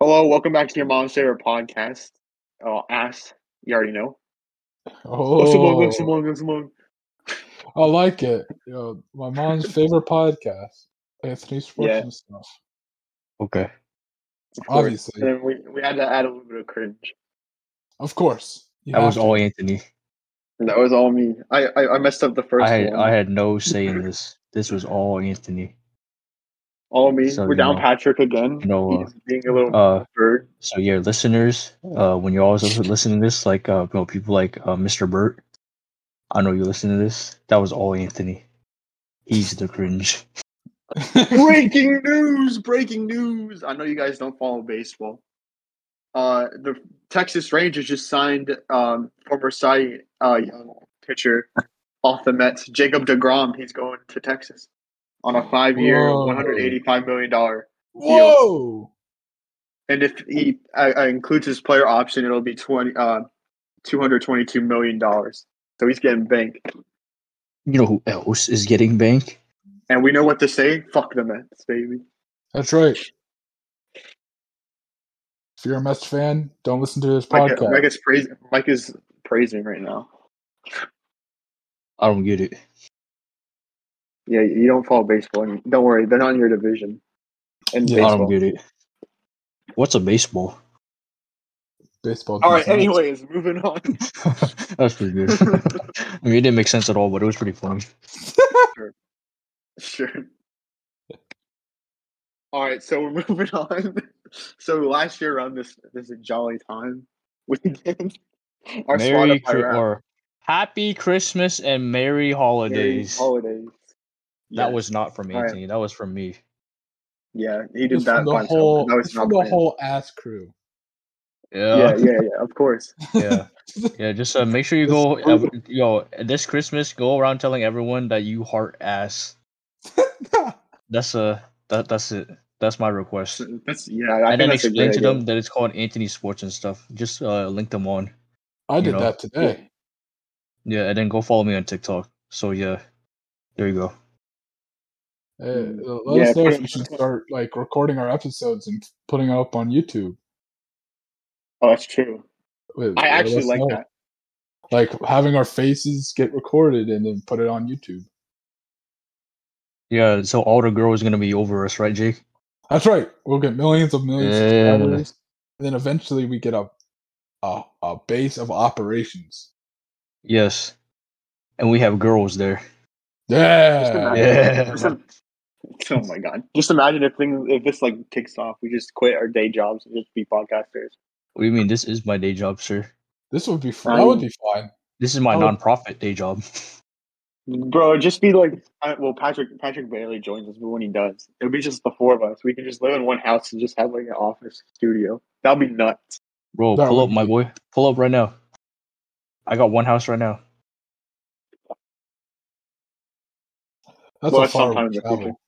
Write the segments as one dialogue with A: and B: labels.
A: Hello, welcome back to your mom's favorite podcast. Oh, ass. You already know. Oh, Simone,
B: Oh,
A: look, Simone, look, Simone.
B: I like it. You know, my mom's favorite podcast, Anthony Sports
A: Yeah.
B: and stuff.
C: Okay.
A: Of course.
B: Obviously.
A: And then we, we had to add a little bit of cringe.
B: Of course, you
C: That was
B: have
C: all Anthony.
A: And that was all me. I, I, I messed up the first
C: I had
A: one.
C: I had no say in this. This was all Anthony.
A: all me.
C: So,
A: We're
C: you
A: down
C: know,
A: Patrick again.
C: no, uh,
A: He's being a little
C: Uh
A: bird.
C: so yeah, listeners, uh when you're always listening to this, like uh you know, people like uh Mr. Burt, I know you listen to this. That was all Anthony. He's the cringe.
B: to.
A: breaking news! Breaking news! I know you guys don't follow baseball. Uh, the Texas Rangers just signed um, former Cy uh, Young pitcher off the Mets, Jacob DeGrom. He's going to Texas on a five-year,
B: Whoa.
A: one hundred eighty-five million dollar.
B: Whoa!
A: And if he uh, uh, includes his player option, it'll be twenty uh, two hundred twenty-two million dollars. So he's getting bank.
C: You know who else is getting banked?
A: And we know what to say. Fuck the Mets, baby.
B: That's right. If you're a Mets fan, don't listen to this
A: Mike,
B: podcast.
A: Mike is praising. Mike is praising right now.
C: I don't get it.
A: Yeah, you don't follow baseball. And don't worry, they're not in your division. And
B: Yeah,
C: I
A: baseball.
C: don't get it. What's a baseball?
B: Baseball.
A: All right.
B: does not-
A: Anyways, moving on.
C: That's pretty good. I mean it didn't make sense at all, but it was pretty fun.
A: Sure. All right, so we're moving on. So last year around this this jolly time, we did our
C: Merry
A: Spotify
C: Chri-
A: wrap.
C: or Happy Christmas and Merry
A: Merry
C: Holidays.
A: Holidays.
C: That
A: Yeah,
C: was not from
A: All right.
C: Anthony. That was from me.
A: yeah. He did
B: It's
A: that
B: from
A: by
B: the
A: himself.
B: whole,
A: That
B: it's
A: was
B: from
A: not
B: the
A: planned.
B: whole ass crew.
A: Yeah, yeah, yeah. Of course.
C: yeah, yeah. Just uh, make sure you
B: This
C: go,
B: is
C: ev- yo, this Christmas, go around telling everyone that you heart ass. That's uh, that that's it. That's my request.
A: That's yeah. I
C: and
A: think
C: then
A: that's a
C: explain
A: great
C: to
A: idea.
C: them that it's called Anthony Sports and stuff. Just uh, link them on.
B: I
C: You
B: did
C: know.
B: that today.
C: Yeah, and then go follow me on TikTok. So yeah, there you go.
B: Hey,
A: Mm.
B: uh, let
A: Yeah,
B: us know if
A: pretty
B: we should
A: much.
B: start like recording our episodes and putting it up on YouTube.
A: Oh, that's true.
B: Wait,
A: I
B: let
A: actually
B: us
A: like
B: know.
A: that.
B: Like having our faces get recorded and then put it on YouTube.
C: Yeah. So all the girls gonna be over us, right, Jake?
B: That's right. We'll get millions of millions of
C: Yeah.
B: subscribers, and then eventually we get a, a a base of operations.
C: Yes. And we have girls there.
B: Yeah.
A: imagine.
C: Yeah.
A: Just im- oh my god! Just imagine if things if this like takes off, we just quit our day jobs and just be podcasters.
C: What do you mean? This is my day job, sir.
B: This would be fun. That would be fun.
C: This is my
B: Oh.
C: nonprofit day job.
A: Bro, it'd just be like, I, well, Patrick Patrick barely joins us, but when he does, it'll be just the four of us. We can just live in one house and just have like an office studio. That'll be nuts.
C: Bro,
B: That
C: pull up,
B: would
C: my
B: be-
C: boy. Pull up right now. I got one house right now.
B: That's
A: Well,
B: a
A: that's
B: far
A: sometime
B: way
A: in the
B: to travel.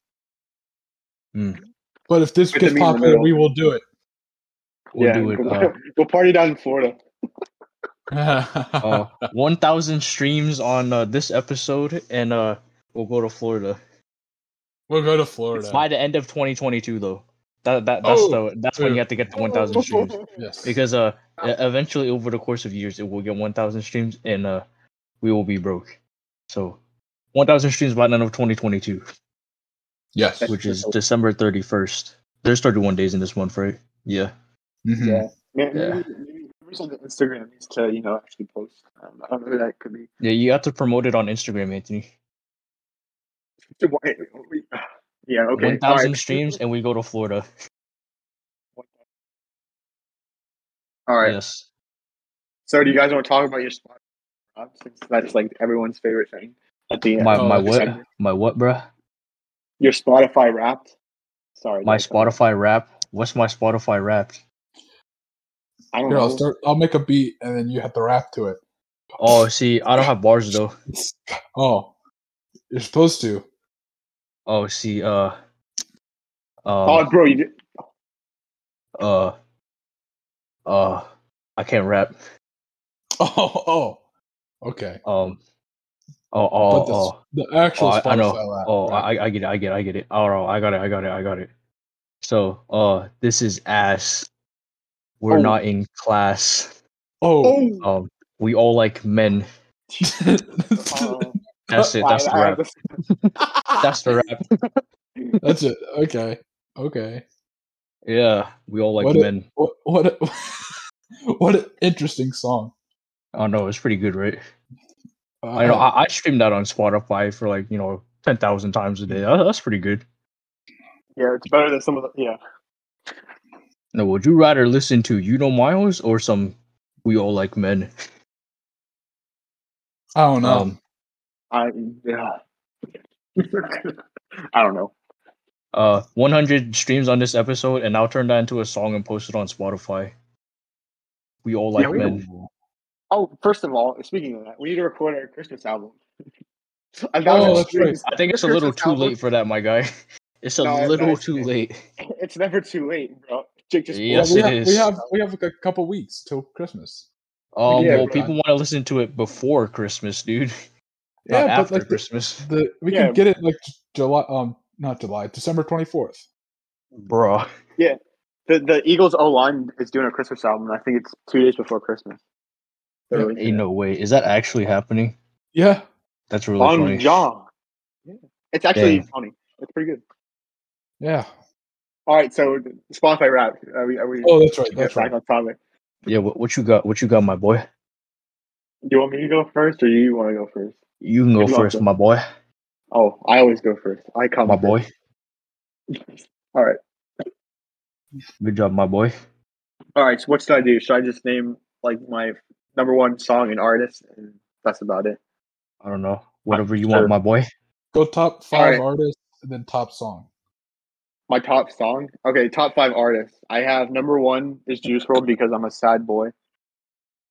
B: Hmm.
A: future.
C: Mm.
B: But if this
A: But
B: gets
A: then we will
B: popular,
A: know.
B: we will do it.
C: We'll do it.
A: go-
C: Uh,
A: go party down in Florida.
C: uh, 1,000 streams on uh, this episode, and uh, we'll go to Florida.
B: we'll go to Florida.
C: By the end of 2022, though. That, that, that's
B: Oh,
C: the that's when
B: dude.
C: you have to get the 1,000 streams.
B: yes.
C: Because uh, e- eventually, over the course of years, it will get 1,000 streams, and uh, we will be broke. So, 1,000 streams by the end of 2022.
B: yes.
A: That's
C: which is
A: just-
C: December 31st. There's 31 days in this month, right? Yeah.
B: Mhm.
A: Yeah. Maybe,
C: Yeah.
A: maybe, maybe whoever's on the Instagram needs to, you know, actually post. I don't know, I don't know who that could be.
C: Yeah, you have to promote it on Instagram, Anthony.
A: Yeah, okay.
C: 1,000
A: alright.
C: streams and we go to Florida.
A: All right.
C: Yes.
A: So, do you guys want to talk about your spot? job, Since that's like everyone's favorite thing at the end.
C: My
B: Oh,
C: my
B: that's
C: what?
A: exciting.
C: My what, bruh?
A: Your Spotify Wrapped. Sorry.
C: My
A: that was-
C: Spotify rap. What's my Spotify rap?
A: I don't
B: Here,
A: know.
B: I'll start. I'll make a beat, and then you have to rap to it.
C: Oh, see, I don't have bars though.
B: Oh, you're supposed to.
C: Oh, see, uh,
A: oh,
C: uh,
A: bro, you did.
C: uh, uh, I can't rap.
B: Oh, oh, okay.
C: Um, oh,
B: But
C: oh,
B: the,
C: oh,
B: the actual
C: Oh, I- I know.
B: Spotify app.
C: Oh,
B: right?
C: I, Oh, I get it. I get it. I get it. All right, I got it. I got it. I got it. So, uh, this is ass. We're
A: Oh.
C: not in class.
B: Oh,
A: Oh,
C: Um, we all like men.
B: Oh.
C: oh. That's it.
A: Wow,
C: That's the
A: I
C: rap.
A: have
C: That's the rap.
B: that's it. Okay, okay.
C: Yeah, we all like
B: What a-
C: men.
B: What what a, what an interesting song.
C: Oh no, it's pretty good, right?
B: Uh,
C: I know. I, I stream that on Spotify for like you know ten thousand times a day. That- that's pretty good.
A: yeah, it's better than some of the yeah.
C: No, would you rather listen to You Know Miles or some We All Like Men?
B: I don't know.
C: Um,
A: I yeah. I don't know.
C: uh, one hundred streams on this episode, and I'll turn that into a song and post it on Spotify. We all like
A: Yeah, we
C: men.
A: Oh, first of all, speaking of that, we need to record our Christmas album. And that
B: Oh,
A: was-
B: that's right.
C: I think it's a little
A: Christmas
C: too
A: album.
C: late for that, my guy. It's a
A: No, it's
C: little
A: not.
C: too late.
A: It's never too late, bro. Jake just
C: Yes,
B: we,
C: it
B: have, we
C: is.
B: have we have like a couple weeks till Christmas.
C: Oh
A: Yeah,
C: well,
A: bro.
C: people want to listen to it before Christmas, dude.
B: Yeah,
C: Not
B: but
C: after
B: like the,
C: Christmas,
B: the we
A: Yeah.
B: could get it like July. Um, not July. December twenty fourth.
C: bruh.
A: the the Eagles O line is doing a Christmas album. and I think it's two days before Christmas. They're
B: Yeah,
A: releasing
C: Ain't no way. Is that actually happening?
B: Yeah.
C: That's
A: it.
C: really
A: on
C: funny.
A: John. Yeah. It's actually
C: Dang.
A: funny. It's pretty good.
B: Yeah.
A: All right, so Spotify wrap. Are we? Are we
B: Oh, that's right. That's
A: back
B: right.
A: on topic.
C: Yeah, what, what you got? What you got, my boy?
A: Do you want me to go first, or you want to go first?
C: You can go
A: You're
C: first,
A: welcome.
C: my boy.
A: Oh, I always go first. I come.
C: My
A: first.
C: boy.
A: All right.
C: Good job, my boy.
A: All right. So what should I do? Should I just name like my number one song and artist, and that's about it?
C: I don't know. Whatever you want,
A: Sure.
C: my boy.
B: Go top five
A: right.
B: artists and then top song.
A: My top song. Okay, top five artists. I have number one is Juice World because I'm a sad boy.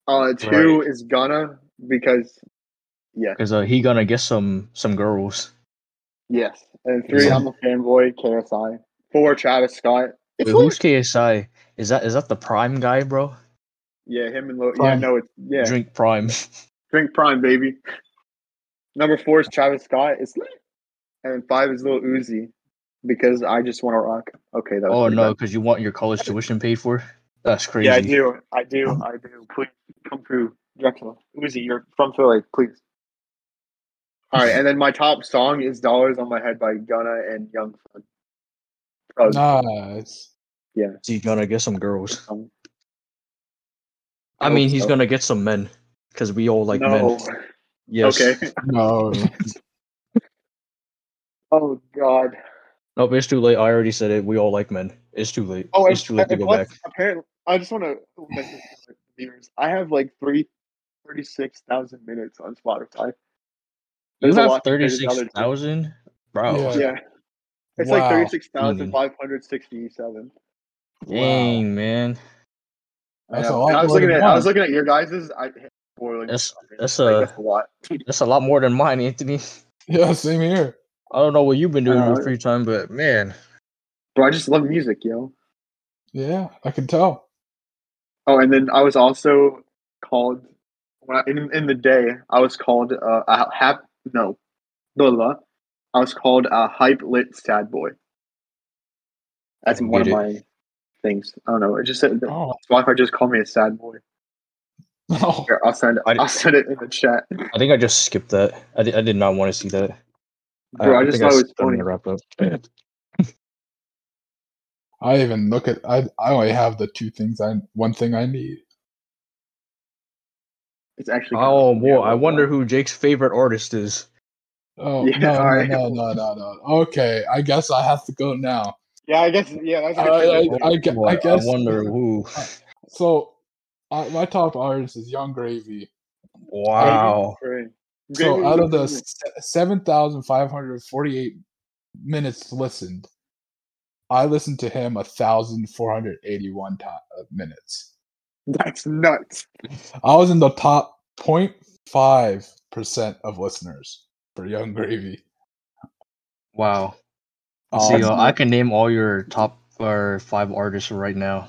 A: Uh, two is Gunna because yes,
C: Because uh, he gonna get some some girls.
A: yes, and three I'm a fanboy. KSI. Four Travis Scott. It's
C: Wait,
A: Lil-
C: who's KSI? Is that is that the Prime guy, bro?
A: yeah, him and Lo- yeah,
B: Prime.
A: no, it's yeah, drink,
C: Drink Prime.
A: Prime, baby. Number four is Travis Scott. It's lit. and five is Lil Uzi because I just want to rock. Okay, that was
C: oh
A: pretty
C: no,
A: bad.
C: because you want your college tuition paid for? That's crazy.
A: Yeah, I do. I do. I do. Please come through, Drexel. Uzi, you're from Philly. Please. All right, and then my top song is "Dollars on My Head" by Gunna and Young Thug. Oh,
B: Nice.
C: He's gonna get some girls.
A: um,
C: I mean,
A: hope
C: he's
A: so.
C: gonna get some men. Because we all like
A: Oh, no.
C: men. Yes.
A: Okay.
B: No.
A: Oh God.
C: Nope, it's too late. I already said it. We all like men. It's too late.
A: Oh,
C: it's too
A: and,
C: late to
A: and
C: go
A: plus,
C: back.
A: apparently, I just want to mention to the viewers. I have like three, thirty-six thousand minutes on Spotify.
C: You
A: There's a
C: have
A: lot compared to the
C: thirty-six
A: other two.
C: thousand, Mm. bro.
B: Yeah.
A: Yeah, it's
B: Wow.
A: like thirty-six thousand five hundred sixty-seven.
C: Dang, man.
B: That's
A: I
B: a
A: know.
B: lot
A: And I was
B: more than
A: looking at I
B: one.
A: was looking at your guys's. I boiling.
C: That's that's
A: like,
C: a-
A: that's a lot.
C: That's a lot more than mine, Anthony.
B: Yeah. Same here.
C: I don't know what you've been doing in your
A: Uh,
C: free time, but man,
A: Bro, I just love music, yo.
B: Yeah. I can tell.
A: Oh, and then I was also called when I, in in the day. I was called uh, a hap. No, blah, blah, blah. I was called a hype lit sad boy. That's
C: I
A: one of
C: get
A: my things. I don't know. It just said the
B: Oh.
A: Spotify just called me a sad boy.
B: Oh.
A: Here, I'll send.
C: I-
A: I'll send it in the chat.
C: I think I just skipped that. I did, I did not want to see that.
A: Bro, I, just
C: think
A: thought it was
C: skipped on
A: funny.
C: the wrap up.
B: I even look at. I. I only have the two things. I. One thing I need.
A: It's actually. kinda
C: Oh
A: funny.
C: boy, I
A: love
C: wonder
A: that.
C: who Jake's favorite artist is.
B: Oh
A: Yeah,
B: no,
A: alright.
B: no, no, no, no, no. Okay, I guess I have to go now.
A: Yeah, I guess. Yeah, that's.
B: I, I, I, gue-
C: Boy,
B: I guess.
C: wonder who.
B: So, I, my top artist is Young Gravy.
C: Wow.
B: So, out of the se- 7,548 minutes listened, I listened to him 1,481 ti- uh, minutes.
A: that's nuts.
B: I was in the top 0.5% of listeners for Young Gravy.
C: Wow.
B: Um,
C: See, uh, I can name all your top or five artists right now.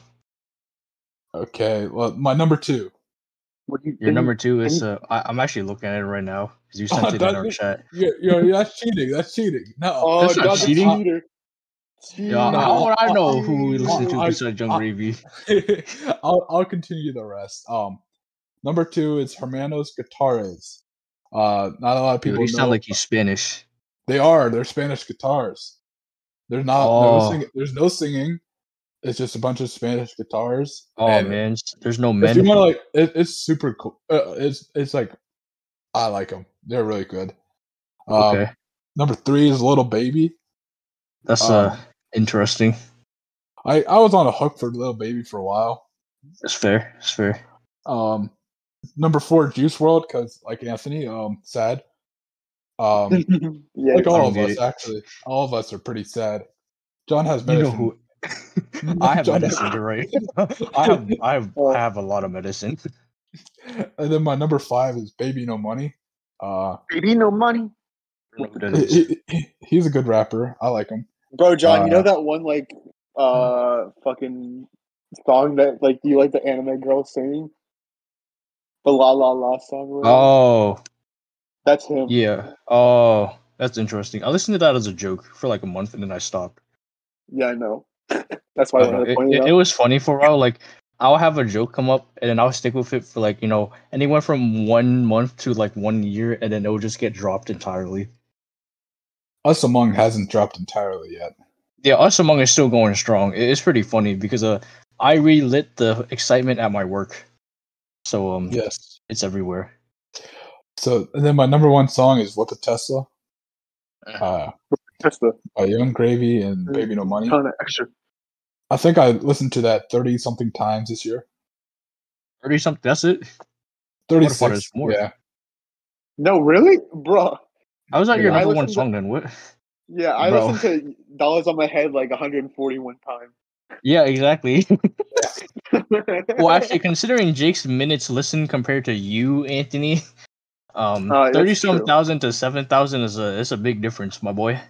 B: okay, well, my number two.
A: What do you?
C: Your
A: think?
C: number two is.
A: can
C: Uh, I, I'm actually looking at it right now because
B: Oh,
C: you sent it in
B: don't
C: our
B: you-
C: chat.
B: You're, you're, that's cheating. That's cheating. No.
A: Oh,
C: That's not
A: Doug's a
C: cheating.
A: cheater.
C: Yeah, I,
B: No.
C: want- I know who we listen to
B: I-
C: besides John
B: I-
C: Gravy.
B: I'll I'll continue the rest. Um, number two is Hermanos Guitarras. Uh, not a lot of
C: People,
B: people
C: you
B: know.
C: sound like he's Spanish.
B: they are. They're Spanish guitars. They're not.
C: Oh.
B: No sing- there's no singing. It's just a bunch of Spanish guitars.
C: Oh
B: And
C: man, there's no
B: If you
C: men.
B: want to like, it, it's super cool. Uh, it's it's like, I like them. They're really good. Um,
C: okay,
B: Number three is Little Baby.
C: that's
B: um,
C: uh interesting.
B: I I was on a hook for Little Baby for a while.
C: That's fair. That's fair.
B: Um, number four, Juice World, because like Anthony, um, sad. Um,
A: yeah,
B: like all of
C: get
B: us
C: it.
B: actually, all of us are pretty sad. John has
C: You know
B: medicine.
C: who? I have
B: John- Uh,
C: medicine, you're right? I have, I have, I have a lot of medicine.
B: and then my number five is Baby No Money. Uh,
A: baby, no money,
C: That
B: he- he- he's a good rapper. I like him.
A: bro. John, you
B: Uh,
A: know that one like uh fucking song that like you like the anime girl singing, the la la la song. or
C: is-
A: whatever?
C: Oh
A: that's him.
C: yeah. Oh, that's interesting. I listened to that as a joke for like a month, and then I stopped.
A: Yeah, I know. That's why I
C: I don't know.
A: wanted to
C: It,
A: point it,
C: it-
A: out.
C: it was funny for a while. Like I'll have a joke come up, and then I'll stick with it for like you know, and it went from one month to like one year, and then it would just get dropped entirely.
B: Us Among hasn't dropped entirely yet.
C: Yeah, Us Among is still going strong. It- It's pretty funny because uh, I relit the excitement at my work, so um,
B: Yes.
C: it's everywhere.
B: So and then my number one song is "What the Tesla"
C: Uh-huh.
B: uh,
A: Just
C: Mm-hmm.
A: a
B: by Young Gravy and Baby No Money.
A: ton of extra.
B: I think I listened to that thirty something times this year.
C: Thirty something. That's it.
B: Thirty
C: thought it was
B: six.
C: more.
B: Yeah.
A: No, really, bro.
C: I was at your
B: Yeah, I
C: number one
A: listened to-
C: song then. What?
A: Yeah, I
C: Bro.
A: listened to "Dollars on My Head" like 141 times.
C: Yeah, exactly. well, actually, considering Jake's minutes listened compared to you, Anthony, um,
A: Uh, that's
C: thirty some
A: true.
C: thousand to seven thousand is a it's a big difference, my boy.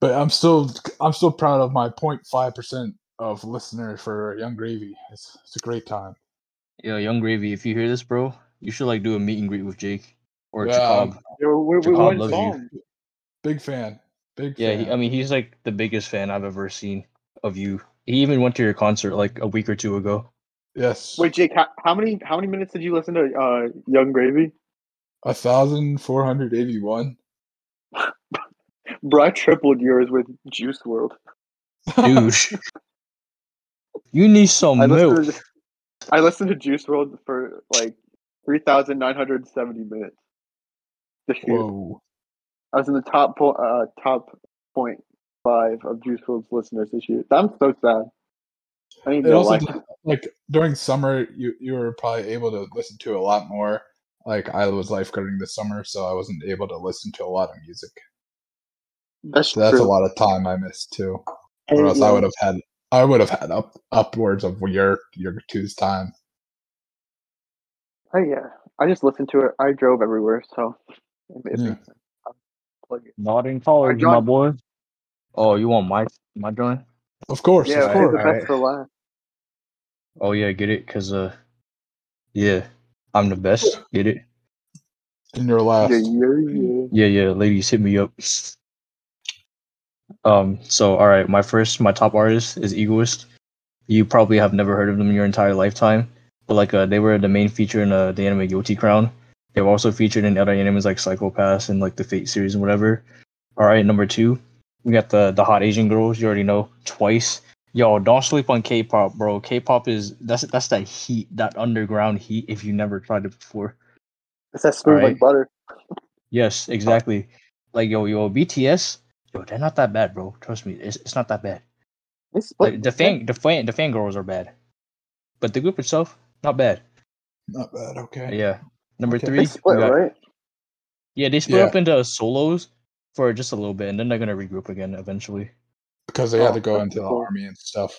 B: But I'm still I'm still proud of my 05 percent of listener for Young Gravy. It's, it's a great time.
C: Yo, Young Gravy, if you hear this, bro, you should like do a meet and greet with Jake or
B: Yeah,
C: Jacob.
A: Yo, we, we,
C: Jacob
A: one
C: loves you.
A: song.
B: Big fan. Big
C: Yeah,
B: fan.
C: he, I mean, he's like the biggest fan I've ever seen of you. He even went to your concert like a week or two ago.
B: yes.
A: Wait, Jake, how, how many how many minutes did you listen to uh, Young Gravy?
B: A thousand four hundred eighty one.
A: Bro, I tripled yours with Juice World.
C: Dude, you need some
A: I
C: milk.
A: listened, to, I listened to Juice World for like 3,970 minutes. This year.
B: Whoa.
A: I was in the top po- uh, top point five of Juice World's listeners this year. I'm so sad. I need
B: It
A: no
B: also
A: life.
B: did, like during summer you you were probably able to listen to a lot more. Like I was lifeguarding this summer, so I wasn't able to listen to a lot of music.
A: That's,
B: So that's
A: true.
B: a lot of time I missed too.
A: I
B: Or
A: need
B: else I
A: no-
B: would have had I would have had up upwards of your your two's time.
A: Oh yeah, I just listened to it. I drove everywhere, so it, it
B: Yeah.
A: makes sense. I'll plug it.
C: Not intolerant,
A: John-
C: my boy. Oh, you want my my joint?
B: Of course,
A: Yeah,
B: of
A: save the
B: course.
A: best
C: alright.
A: for last.
C: Oh yeah, get it, cause uh, yeah, I'm the best. Get it?
B: In your last.
A: Yeah, yeah, yeah.
C: Yeah, yeah. Ladies, hit me up. Um. So, all right, my first, my top artist is Egoist. You probably have never heard of them in your entire lifetime, but like, uh, they were the main feature in uh, the anime Guilty Crown. They were also featured in other animes like Psychopaths and like the Fate series and whatever. All right, number two, we got the the hot Asian girls. You already know twice. Yo, don't sleep on K-pop, bro. K-pop is that's that's that heat, that underground heat. If you never tried it before,
A: It's that smooth like
C: Alright.
A: butter.
C: Yes,
B: Oh.
C: exactly. Like yo, yo, BTS, yo, they're not that bad, bro. Trust me, it's, it's not that bad.
A: They split.
C: Like, the fan, the fan, the fangirls are bad, but the group itself, not bad.
B: Not bad. Okay.
C: Yeah. Number
B: Okay.
C: three,
A: They
C: we
A: split,
C: got-
A: right?
C: yeah, they split
B: Yeah.
C: up into solos for just a little bit, and then they're gonna regroup again eventually.
B: Because they had
A: Oh,
B: to go
A: that's
B: into the
A: cool.
B: army and stuff.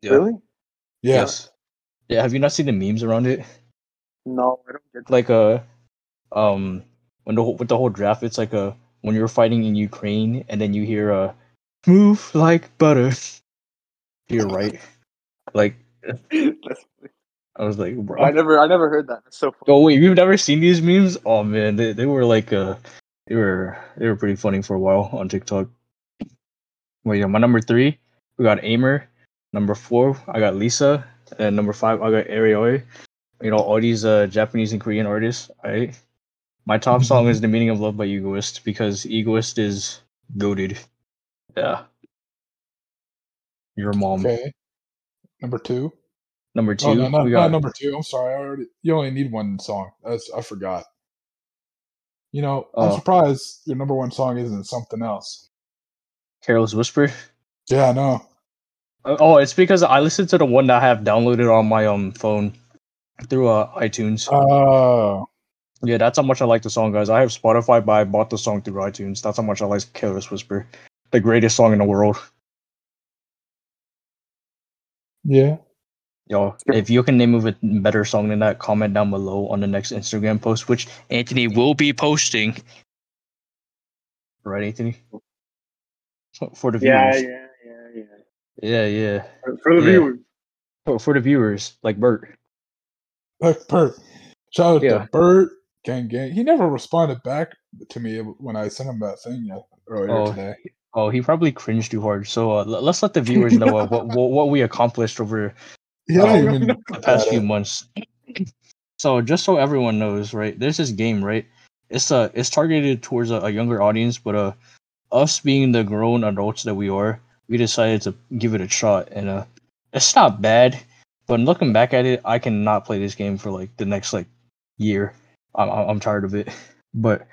C: Yeah.
A: Really?
B: Yeah.
C: Yes. Yeah. Have you not seen the memes around it?
A: No, I don't get that.
C: like a um when the whole, with the whole draft it's like a when you're fighting in Ukraine and then you hear a move like butter to your right like
A: That's-
C: I was like
A: I
C: bro
A: never, I never heard that. That's so funny.
C: oh wait you've never seen these memes oh man they, they were like uh they were they were pretty funny for a while on TikTok Well, yeah, my number three, we got Aimer. Number four, I got Lisa. And number five, I got Arioi. You know, all these uh, Japanese and Korean artists, right? My
B: Mm-hmm.
C: top song is The Meaning of Love by Egoist because Egoist is goaded. Yeah. Your mom.
B: Okay. Number two.
C: Number two,
B: Oh, no, not,
C: we got
B: not number two. I'm sorry. I already. You only need one song. That's, I forgot. You know, I'm
C: Oh.
B: surprised your number one song isn't something else.
C: Carol's Whisper.
B: Yeah, I know.
C: Uh, Oh, it's because I listened to the one that I have downloaded on my um phone through uh, iTunes.
B: Oh,
C: Yeah, that's how much I like the song, guys. I have Spotify, but I bought the song through iTunes. That's how much I like Careless Whisper, the greatest song in the world.
B: yeah.
C: Yo, if you can name of a better song than that, comment down below on the next Instagram post, which Anthony will be posting. Right, Anthony? For the
A: Yeah,
C: viewers.
A: yeah, yeah, yeah.
C: Yeah, yeah.
A: For- For the
C: Yeah.
A: viewers.
C: For, for the viewers, like Bert.
B: Look, Bert. Shout out
C: Yeah.
B: to Bert. Gang, gang. He never responded back to me when I sent him that thing yet, earlier
C: Oh.
B: today.
C: Oh, he probably cringed too hard. So uh, l- let's let the viewers know uh, what, what what we accomplished over
B: He
C: Oh.
B: hadn't even
C: the past
B: Yeah.
C: few months. So just so everyone knows, right? There's this game, right? It's uh it's targeted towards a, a younger audience, but uh us being the grown adults that we are, we decided to give it a shot and uh it's not bad, but looking back at it, I cannot play this game for like the next like year. I'm I'm I'm tired of it. But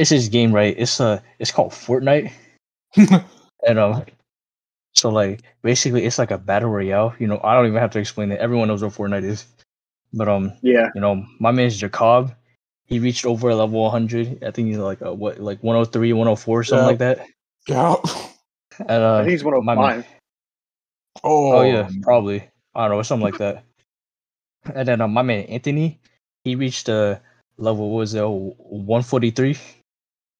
C: it's this game, right? It's uh it's called Fortnite and um so like basically it's like a battle royale. You know, I don't even have to explain it. Everyone knows what Fortnite is. But um
A: Yeah.
C: you know, my man's Jacob. He reached over level 100. I think he's like uh what, like 103, 104, something
B: Yeah.
C: like that.
B: Yeah.
C: And uh,
A: I think he's one of
C: my-
A: mine.
B: Oh,
C: oh yeah, probably. I don't know, something like that. And then uh, my man Anthony, he reached uh level what was it, oh, 143.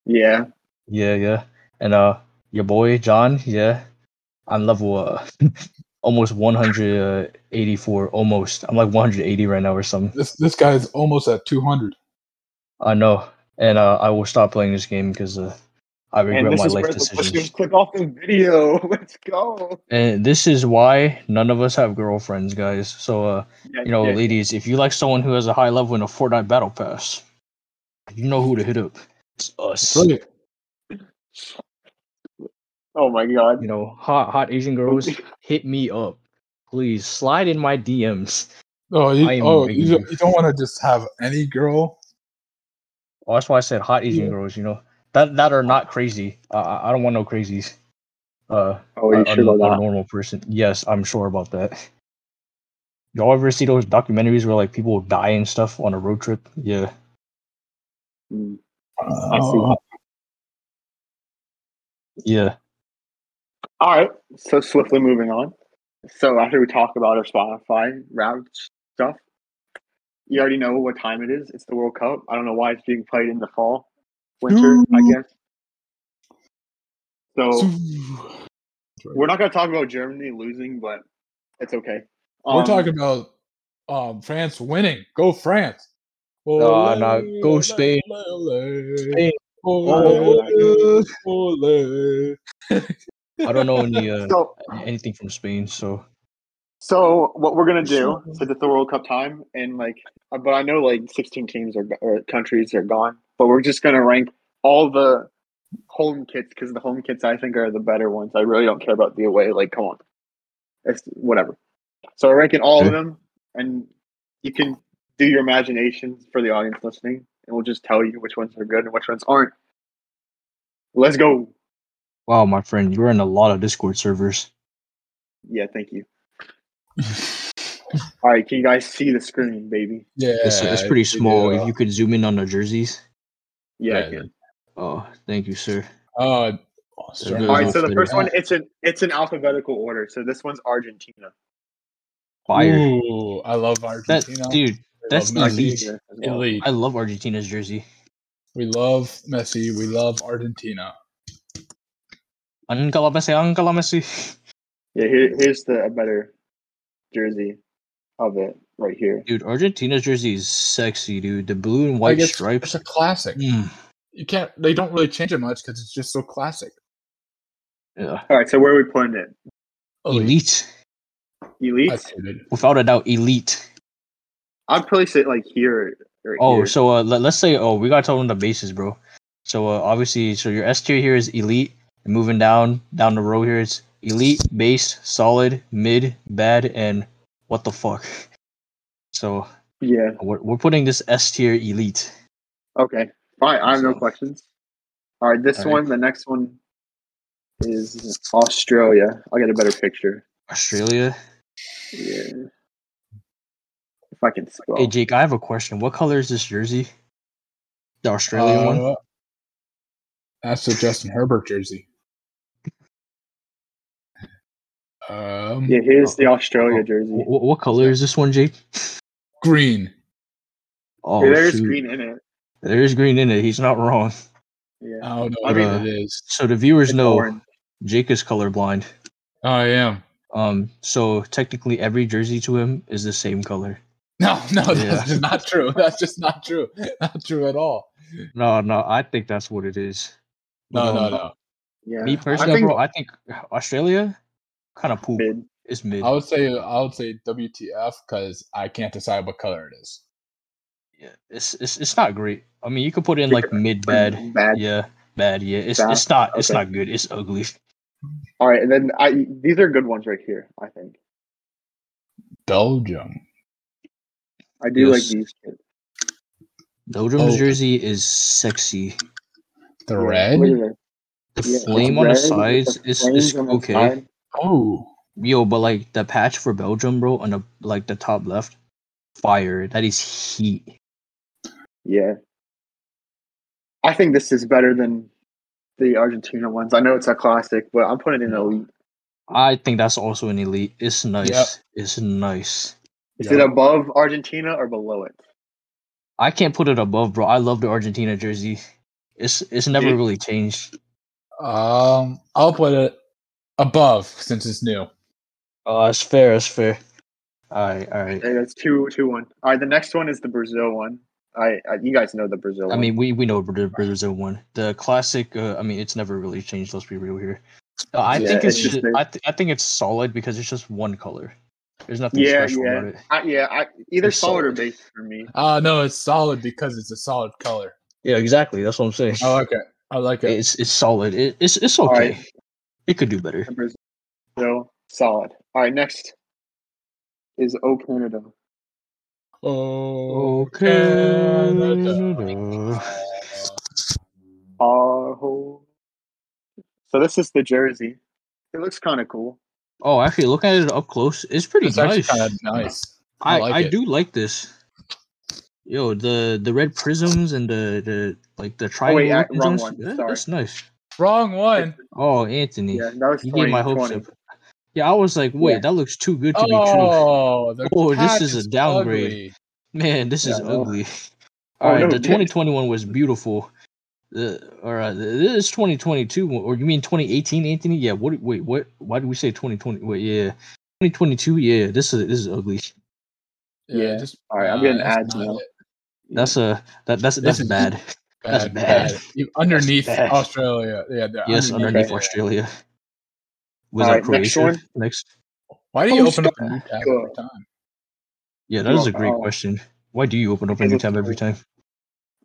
A: Yeah.
C: Yeah, yeah. And uh, your boy John, yeah, I'm level uh almost 184, almost. I'm like 180 right now or something.
B: This this guy is almost at 200.
C: I know, and uh, I will stop playing this game because uh, I regret
A: And this
C: my
A: is
C: life
A: where the listeners
C: decisions.
A: click off the video. Let's go.
C: And this is why none of us have girlfriends, guys. So, uh,
A: Yeah,
C: you know,
A: yeah.
C: ladies, if you like someone who has a high level in a Fortnite battle pass, you know who to hit up. It's us.
B: Brilliant.
A: Oh my god.
C: You know, hot hot Asian girls, hit me up, please. Slide in my DMs.
B: Oh,
C: I
B: you,
C: am
B: oh, you,
C: raging.
B: don't- you don't want to just have any girl.
C: Oh, that's why I said hot Asian
B: Yeah.
C: girls. You know, that that are not crazy. Uh, I I don't want no crazies. Uh,
A: Oh, you
C: a, a-
A: sure
C: a
A: about that?
C: normal person. Yes, I'm sure about that. Y'all ever see those documentaries where like people die and stuff on a road trip? Yeah.
A: Mm.
B: Uh,
C: Yeah.
A: All right. So swiftly moving on. So after we talk about our Spotify route stuff, you already know what time it is. It's the World Cup. I don't know why it's being played in the fall, winter, I
B: Ooh.
A: guess. So we're not going to talk about Germany losing, but it's okay.
B: We're
A: Um,
B: talking about um, France winning. Go France.
C: Nah, nah, go
B: Ole,
C: Spain.
B: ole,
C: Spain.
B: ole,
A: Oh.
B: ole.
C: I don't know any uh,
A: So
C: anything from Spain, so
A: So what we're gonna do
B: Sure.
A: since it's the World Cup time and like, uh, but I know like sixteen teams are or countries are gone, but we're just gonna rank all the home kits because the home kits I think are the better ones. I really don't care about the away. Like, come on, it's whatever. So we're ranking all of
C: Okay.
A: them, and you can do your imaginations for the audience listening, and we'll just tell you which ones are good and which ones aren't. Let's go.
C: wow, my friend, you're in a lot of Discord servers.
A: Yeah, thank you. All right, can you guys see the screen, baby?
B: Yeah,
C: it's, it's pretty
B: you
C: small.
B: do.
C: If you could zoom in on the jerseys.
A: Yeah. I
B: Yeah,
A: can.
C: Oh, thank you, sir.
B: Uh,
C: Oh,
A: All
C: There goes Those
A: right,
C: are
A: so the
C: fitting.
A: first one it's an it's an alphabetical order. So this one's Argentina.
C: Fire.
B: Ooh, I love
C: That
B: Argentina.
C: dude,
B: We
C: that's
B: love Messi.
C: elite.
A: Argentina as well.
B: Elite.
C: I love Argentina's jersey.
B: We love Messi. We love Argentina.
C: Angela Messi, Angela Messi.
A: Yeah, here, here's the a better jersey of it right here.
C: Dude, Argentina's jersey is sexy, dude. The blue and white
B: Like, it's- It's
C: stripes.
B: a classic.
C: Mm.
B: You can't. They don't really change it much because it's just so classic.
C: Yeah.
A: All right, so where are we putting it?
C: Elite.
A: Elite.
B: I said it.
C: Without a doubt, elite.
A: I'd place it like here. Or
C: Oh,
A: here.
C: so uh, let, let's say, oh, we got to tell them the bases, bro. So uh, obviously, so your S tier here is elite. And moving down, down the row here, it's elite, base, solid, mid, bad, and what the fuck. So
A: yeah.
C: we're, we're putting this S tier elite.
A: Okay. Fine. I have no questions. All right. This
C: All right.
A: one. The next one is Australia. I'll get a better picture.
C: Australia.
A: Yeah. If I can spell.
C: Hey, Jake, I have a question. What color is this jersey? The Australian one?
B: Uh, That's the Justin Herbert jersey. Um,
A: yeah. Here's
C: Oh,
A: the Australia jersey.
C: What, what color is this one, Jake?
B: green.
C: Oh,
A: Yeah, there's
C: shoot.
A: green in it.
C: There is green in it. He's not wrong.
A: Yeah.
B: I don't know
C: Uh,
A: I
B: what
A: mean,
B: it is.
C: So the viewers
A: It's
C: know
A: orange.
C: Jake is colorblind.
B: I am.
C: Um, so technically every jersey to him is the same color.
B: No, no, that's
C: Yeah.
B: just not true. That's just not true. Not true at all.
C: No, no, I think that's what it is.
B: No,
C: But,
B: no,
C: um,
B: no.
A: Yeah.
C: Me personally,
A: I think
C: bro, I think Australia kind of poop.
A: mid.
C: It's mid.
B: I would say I would say WTF because I can't decide what color it is.
C: Yeah, it's it's it's not great. I mean, you could put in like mid bad.
A: Bad.
C: Yeah, bad. Yeah, it's
A: Bad?
C: it's not it's
A: Okay.
C: not good. It's ugly.
A: All right, and then I these are good ones right here. I think
B: Belgium.
A: I do
C: Yes.
A: like these. Kids.
C: Belgium's
B: Oh.
C: jersey is sexy.
B: The
A: Yeah,
B: red.
A: Look at
C: The
A: this. Yeah,
C: flame
A: it's
C: on the
A: red with
C: sides is
A: flames
C: is
A: on the
C: okay.
A: side.
B: Oh,
C: Yo, but like the patch for Belgium, bro, on the like the top left, fire. That is heat.
A: Yeah, I think this is better than the Argentina ones. I know it's a classic, but I'm putting it in elite.
C: I think that's also an elite. It's nice.
B: Yep.
C: It's nice.
A: Is
B: Yeah.
A: it above Argentina or below it?
C: I can't put it above, bro. I love the Argentina jersey. It's it's never
A: Yeah.
C: really changed.
B: um, I'll put it above since it's new.
C: Oh, it's fair. It's fair. All right, all right.
A: Yeah, that's two, two, one. All right, the next one is the Brazil one. I, I you guys know the Brazil.
C: I
A: one.
C: mean, we we know the Brazil one, the classic. Uh, I mean, it's never really changed. Let's be real here. Uh, I
A: Yeah,
C: think it's,
A: it's just
C: ju-
A: the-
C: I, th- I think it's solid because it's just one color. There's nothing
A: Yeah,
C: special
A: yeah.
C: about it.
A: I, yeah, I, either
C: It's
A: solid or
C: solid.
A: base for me.
B: Uh no, it's solid because it's a solid color.
C: Yeah, exactly. That's what I'm saying.
B: I like it. I like it.
C: It's it's solid. It, it's it's
A: All
C: okay.
A: right.
C: It could do better.
A: The Brazil solid. All right, next is O Canada.
B: oh,
C: Okay.
A: Oh. So this is the jersey. It looks kind of cool.
C: Oh, actually, looking at it up close, it's pretty
B: it's actually
C: nice.
B: kind of nice.
C: I,
B: I
C: I,
B: like it.
C: do like this. Yo, the the red prisms and the the like the triangle.
A: Oh, wait, I-
C: looking
A: wrong
C: joints,
A: one,
C: yeah,
A: sorry.
C: That's nice.
B: Wrong one.
C: Oh, Anthony,
A: Yeah, that was
C: you
A: 20,
C: gave my hopes
A: 20.
C: up. Yeah, I was like, wait,
A: Yeah.
C: that looks too good to be true.
B: Oh, the
C: Oh, this
B: patch
C: is a downgrade.
B: ugly.
C: Man, this is
A: Yeah, I know.
C: ugly.
A: Oh,
C: All right,
A: no,
C: the
A: it-
C: 2021 was beautiful. The all right, this 2022 one- or you mean 2018, Anthony? Yeah. What? Wait, what? Why did we say 2020? Wait, yeah, 2022. Yeah, this is this is ugly.
A: Yeah.
B: just
A: All right, I'm getting
B: that's
A: ads
B: not
A: now.
B: it.
C: That's a that that's that's
B: is-
C: bad. That's
B: Bad,
C: bad.
B: bad. You- Underneath
C: bad.
B: Australia, yeah, they're
C: Yes,
A: underneath
C: underneath Australia. Was
A: All
C: that
A: right, next
C: Croatia?
A: one.
C: Next,
B: Why do you
A: Oh,
B: open up a new tab every
A: Scott.
B: time?
C: Yeah, that
A: You
C: is a
A: are-
C: great
A: oh.
C: question. Why do you open up a
A: Because
C: new
A: it's
C: tab every time?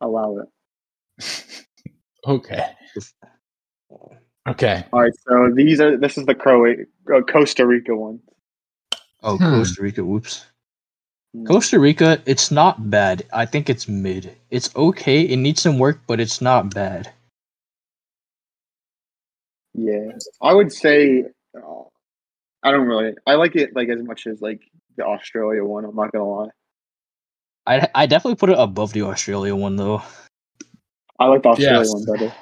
A: Allow it.
B: okay, okay.
A: All right, so these are this is the Croa- uh, Costa Rica one.
C: Oh,
B: Hmm.
C: Costa Rica. Whoops.
A: Hmm.
C: Costa Rica, it's not bad. I think it's mid. It's okay. It needs some work, but it's not bad.
A: Yeah, I would say uh, I don't really. I like it like as much as like the Australia one. I'm not gonna lie.
C: I I definitely put it above the Australia one though.
A: I like the Australia
B: Yes.
A: one better.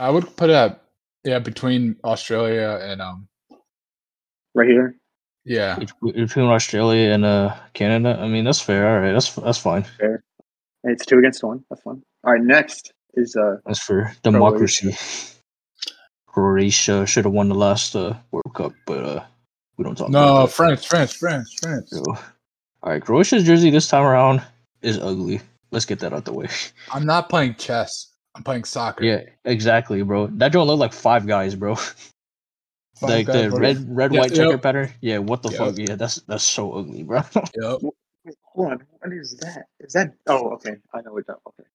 B: I would put up yeah between Australia and um
A: Right here.
B: yeah
C: Bet- Between Australia and uh Canada, I mean that's fair. All right, that's that's fine.
A: And it's two against one. That's fun. All right, next is uh
C: That's fair. Democracy. Croatia should have won the last uh, World Cup, but uh, we don't talk.
B: no
C: about
B: French French French French.
C: that. So, all right, Croatia's jersey this time around is ugly. Let's get that out the way.
B: I'm not playing chess. I'm playing soccer.
C: Yeah, exactly, bro. That don't look like five guys, bro.
B: Five
C: like
B: guys
C: the
B: running-
C: red red
B: Yeah,
C: white
B: yeah.
C: checker pattern. Yeah, what the
B: Yeah.
C: fuck? Yeah, that's that's so ugly, bro.
B: Yep.
A: Wait, hold on. What is that? Is that? Oh, okay. I know what that. Okay.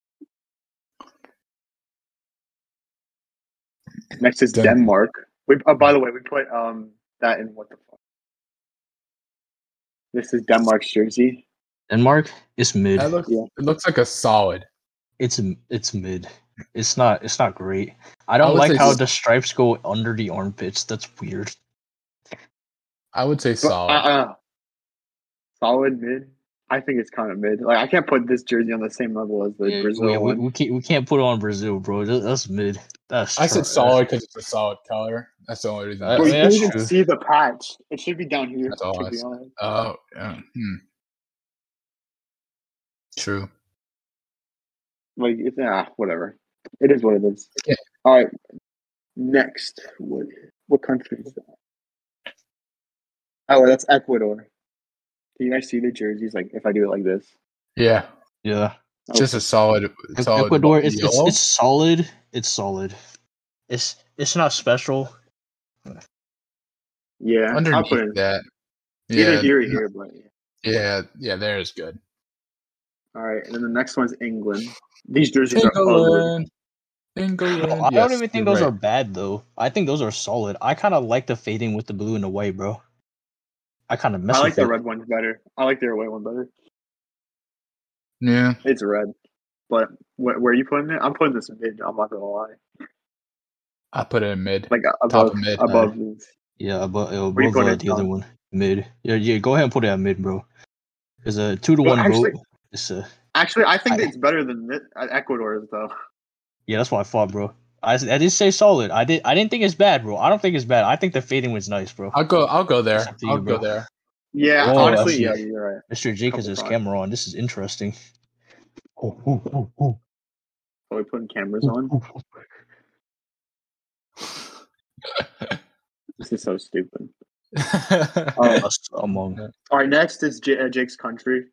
A: Next is
B: Den-
A: Denmark. We. Oh, by the way, we put um that in what the fuck. This is Denmark's jersey.
C: Denmark, it's mid.
B: That looks,
A: Yeah.
B: It looks like a solid.
C: It's it's mid. It's not it's not great. I don't
B: would
C: like
B: say
C: how
B: s-
C: the stripes go under the armpits. That's weird.
B: I would say
A: But,
B: solid.
A: Uh, uh, solid mid. I think it's kind of mid. Like I can't put this jersey on the same level as the
B: Mm.
C: Yeah,
A: Brazil
C: we, we,
A: one.
C: we can't we can't put on Brazil, bro. That- that's mid. That's
B: I said
C: trash.
B: solid because it's a solid color. That's the only reason. I
C: Uh,
A: Bro, you
C: yeah,
A: can't
C: that's
A: even
C: true.
A: see the patch. It should be down here.
B: That's
A: to
B: all I
A: be
B: see.
A: honest.
B: Oh, yeah. Hmm. True.
A: Like, it's, ah, whatever. It is what it is.
B: Yeah.
A: All right. Next, what what country is that? Oh, that's Ecuador. Can you guys see the jerseys? Like, if I do it like this,
B: Yeah,
C: Yeah.
B: just a solid.
C: E-
B: solid
C: Ecuador, it's, it's
B: yellow.
C: it's solid. It's solid. It's it's not special.
A: yeah, I'll
B: underneath
A: put it
B: that.
A: either
B: Yeah,
A: here or here. But yeah.
B: yeah, yeah. There is good.
A: all right, and then the next one's England. These jerseys are ugly.
B: England, England.
C: I
B: yes,
C: don't even think
B: you're
C: those are
B: right.
C: bad though. I think those are solid. I kind of like the fading with the blue and the white, bro. I kind of mess
A: I like
C: with
A: the
C: it.
A: red ones better. I like their white one better.
B: Yeah,
A: It's red, but where, where are you putting it? I'm putting this mid. I'm not gonna lie.
B: I put it in mid.
A: Like above,
B: of mid,
A: above these.
C: Yeah, above, uh,
A: Where you
C: above
A: putting
C: uh,
A: it,
C: the other
A: Tom?
C: one, mid. Yeah, yeah. Go ahead and put it at mid, bro. It's a two to
A: Well,
C: one
A: actually-
C: vote. It's a,
A: Actually, I think
C: I-
A: it's better than thi- uh, Ecuador's though.
C: yeah, that's what I thought, bro. I, s- I did say solid. I did. I didn't think it's bad, bro. I don't think it's bad. I think the fading was nice, bro.
B: I'll go. I'll go there.
C: It's up to you,
B: I'll go
C: bro.
B: there.
A: Yeah,
C: Oh,
A: honestly, yeah,
C: that's-
A: you're right.
C: Mr. Jenkins
A: Couple
C: is
A: times.
C: Cameron. This is interesting. Oh, oh, oh, oh,
A: Are we putting cameras
C: oh,
A: on?
C: oh, oh.
A: This is so stupid.
B: oh,
A: Oh.
C: Us among.
A: All right, next is J- uh, Jake's country.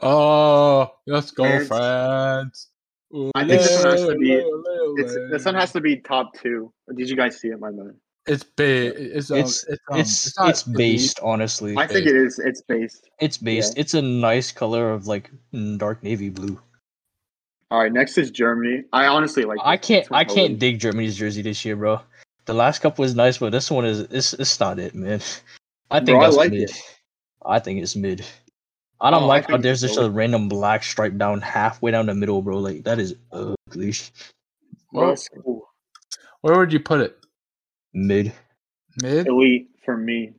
B: Oh, let's go,
A: France.
B: France.
A: I think this one has to
B: Ole,
A: be-
B: ole, ole.
A: It's, this one has to be top two. Did you guys see it, my man?
B: It's ba- It's um,
C: It's-
B: um,
C: It's
B: not
C: it's based, honestly.
A: I think it is. It's based.
C: It's based. It's a nice color of like mm, dark navy blue.
A: All right, next is Germany. I honestly like.
C: I
A: this
C: can't
A: one.
C: I can't dig Germany's jersey this year, bro. The last cup was nice, but this one is it's it's not it, man. I think
A: Bro, I
C: that's
A: like
C: mid. I think it's mid. I don't
A: Oh, I
C: like how
A: think
C: there's
A: it's
C: just a random black stripe down halfway down the middle, bro. Like that is ugly.
A: Bro,
B: Well,
A: it's cool.
B: where would you put it?
C: Mid.
B: Mid.
A: elite for me.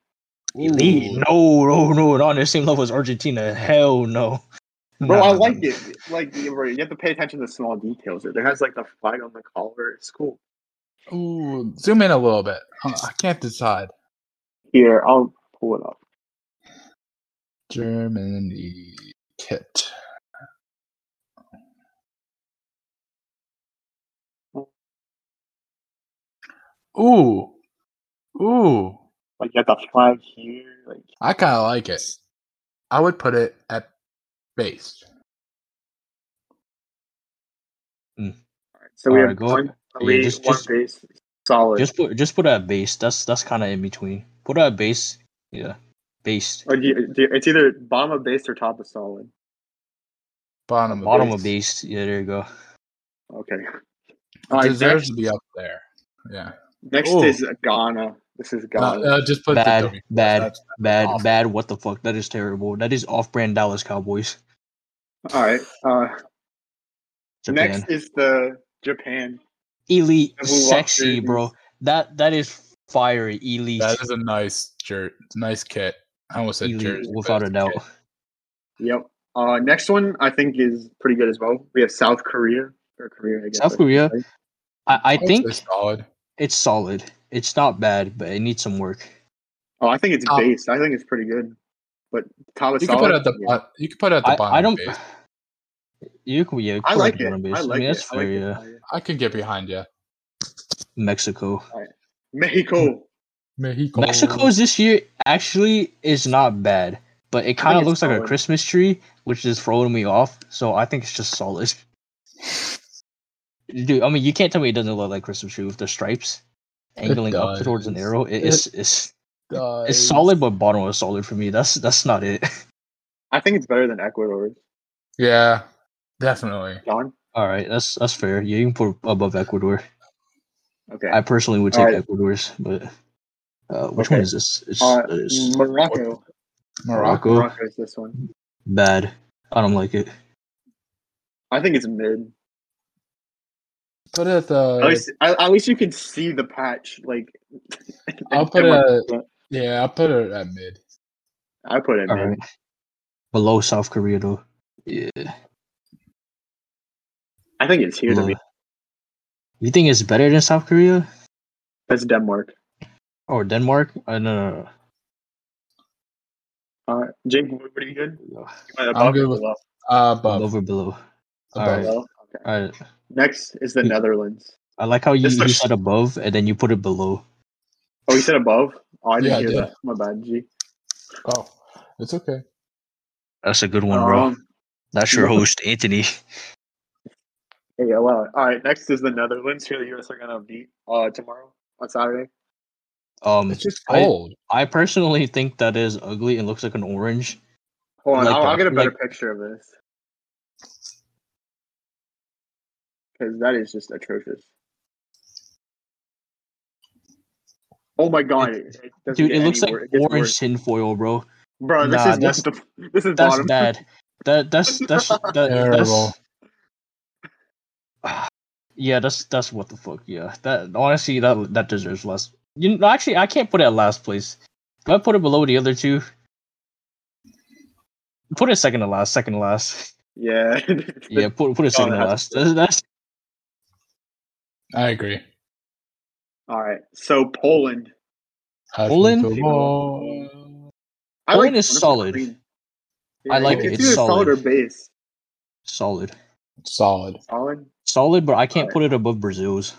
C: Elite.
B: Ooh.
C: No, no, no, not on the same level as Argentina. Hell no.
A: Bro,
C: Nah,
A: I
C: nah,
A: like
C: nah.
A: it. Like you you have to pay attention to small details. It has like the flag on the collar. It's cool.
B: Ooh, zoom in a little bit. Huh, I can't decide.
A: Here, I'll pull it up.
B: Germany kit. Ooh, ooh.
A: Like you have the flag here. Like
B: I kind of like it. I would put it at base.
A: so we
C: Alright,
A: have
C: go-
A: one
C: yeah,
A: elite,
C: just-
A: one
C: just-
A: base, solid.
C: Just put just put it at base. That's that's kinda in between. Put it at base. Yeah. Based.
A: Or do you, do you- it's either bottom of base or top of solid.
B: Bottom.
C: Bottom
B: of
C: of base. Yeah, there you go.
A: Okay.
B: It
A: All right, next,
B: deserves to be up there. Yeah.
A: next
B: Ooh.
A: is Ghana. This is
B: No,
A: Ghana.
B: uh, just put the
C: Bad,
B: W.
C: bad.
B: That's-
C: Bad,
B: Awful.
C: bad. What the fuck? That is terrible. That is off-brand Dallas Cowboys.
A: All right. Uh,
C: Japan.
A: Next is the Japan.
C: elite,
A: I will walk
C: sexy,
A: through
C: bro.
A: these.
C: That that is fiery. Elite,
B: That is a nice shirt. Nice kit. I almost said
C: elite,
B: jersey. but
C: without a
B: it's
C: doubt.
B: kit.
A: Yep. Uh, next one I think is pretty good as well. We have South Korea or Korea. I guess.
C: South Korea.
A: right?
C: I, I
B: would
C: think
B: say solid.
C: it's solid. It's not bad, but it needs some work.
A: Oh, I think it's
B: Top.
A: base. I think it's pretty good. But top of
B: You could
A: solid.
B: put it at the
A: yeah.
B: bot you could put it at the
C: I,
B: bottom.
C: I don't.
B: base.
C: You can yeah.
A: I
C: put
A: like
C: the
A: it.
C: bottom base.
A: I like
C: mean,
A: it.
C: that's
A: I like
C: fair,
A: it.
C: yeah.
B: I can get behind you.
C: Mexico.
A: Mexico.
B: Mexico.
C: Mexico's this year actually is not bad, but it kind of
A: it's
C: looks like a
A: solid.
C: Christmas tree, which is throwing me off. So I think it's just solid. Dude, I mean, you can't tell me it doesn't look like Christmas tree with the stripes angling up
B: does.
C: towards an arrow. It, it's it's
B: Does-
C: it's solid, but bottom was solid for me. That's that's not it.
A: I think it's better than Ecuador's.
B: Yeah, definitely.
A: John?
C: All right, that's that's fair. Yeah, you can put above Ecuador.
A: Okay.
C: I personally would take
A: Alright.
C: Ecuador's, but uh, which
A: Okay.
C: one is this? It's,
A: Uh,
C: it's
A: Morocco.
B: Morocco.
C: Morocco.
A: Morocco is this one.
C: bad. I don't like it.
A: I think it's mid.
B: Put it at the.
A: At least, at, at least you can see the patch. Like,
B: I'll put
A: in my-
B: it. At, yeah, I'll put it at mid.
A: I put it
C: All
A: mid.
C: right, below South Korea though. Yeah,
A: I think it's here to
C: below.
A: me.
C: You think it's better than South Korea
A: That's Denmark.
C: or Denmark? Uh, no, no, no.
A: Uh, Jake, what what are you good?
C: no.
A: You went above
B: good
A: or
B: with-
A: below?
B: Uh, above.
C: Above or below.
B: above.
C: alright.
A: Below? Okay.
C: All right.
A: Next is the
C: Yeah.
A: Netherlands.
C: I like how you,
A: It's
C: you
A: like-
C: said above and then you put it below.
A: Oh, you said above? Oh, I didn't
B: Yeah, I
A: hear
B: did.
A: that. My bad, G.
B: Oh, it's okay.
C: That's a good one, bro.
A: Um,
C: That's your
A: yeah.
C: host, Anthony.
A: hey, well, all right. Next is the Netherlands. Here, the US are gonna beat uh tomorrow on Saturday.
C: Um,
B: It's just
C: I-
B: cold.
C: I personally think that is ugly and looks like an orange.
A: Hold on,
C: Like
A: I'll, I'll
C: that.
A: get a better
C: Like-
A: picture of this because that is just atrocious. Oh my god, it, it doesn't
C: Dude,
A: get
C: it looks
A: any
C: like
A: wor- it gets
C: orange
A: worse.
C: tinfoil, bro.
A: Bro, this
C: Nah,
A: is
C: that's-
A: just the this is
C: That's
A: bottom.
C: bad. That that's that's that,
B: Terrible.
C: that's yeah, that's that's what the fuck. Yeah, that honestly that that deserves less. You know, actually, I can't put it at last place. If I put it below the other two, put it second to last, second to last.
A: Yeah.
C: Yeah, put put it second to
A: that's-
C: last. That's, that's
B: I agree.
A: All right. So Poland.
B: Hyphen
C: Poland?
B: to Poland.
A: I
C: Poland is
A: Poland for
C: solid.
A: Clean.
C: I like
A: you
B: it,
A: can
B: it's
A: see the
C: solid.
A: solid or base.
C: solid,
B: Solid.
A: Solid.
C: solid, but I can't
A: Alright.
C: put it above Brazil's.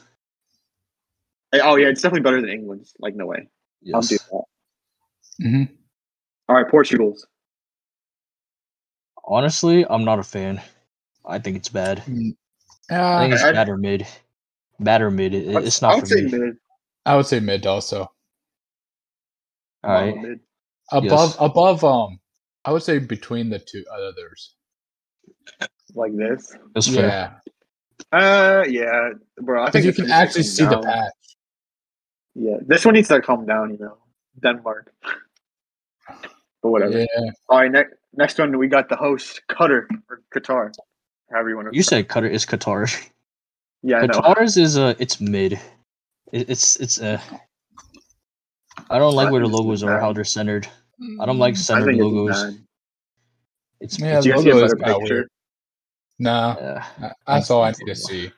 A: Hey, Oh yeah, it's definitely better than England's. Like no way. I'll
C: Yes. Mm-hmm.
A: do that.
B: hmm
A: All right, Portugal's.
C: Honestly, I'm not a fan. I think it's bad.
B: Mm.
C: I think it's
A: I-
C: bad or mid. Bad or mid. It,
A: I'd-
C: it's
A: I
C: not
A: would
C: for
A: say
C: me.
A: mid.
B: I would say mid also.
C: All right.
A: Oh, mid.
B: Above,
C: Yes.
B: above. Um, I would say between the two others.
A: Like this.
C: That's fair.
B: Yeah,
A: Uh, yeah, bro. I
B: because
A: think
B: you
A: this
B: can
A: needs to
B: actually
A: come
B: see the
A: down.
B: patch.
A: Yeah, this one needs to come down. You know, Denmark. but whatever.
B: Yeah,
A: All right, next next one we got the host Qatar or Qatar, however you want to.
C: You said Qatar is Qatar.
A: yeah, I know.
C: Qatar's is uh, it's mid. It, it's it's uh. I don't like
A: I
C: where the
A: think it's
C: logos are,
A: bad.
C: how they're centered. I don't like
A: I
C: centered
A: think it's
C: logos.
A: nine.
C: It's,
B: Yeah,
C: it's
A: Do you guys see a
B: Logo is
A: better
B: kinda
A: picture?
B: weird. Nah,
C: uh,
B: I- that's all I need to
C: Uncomfortable.
B: see.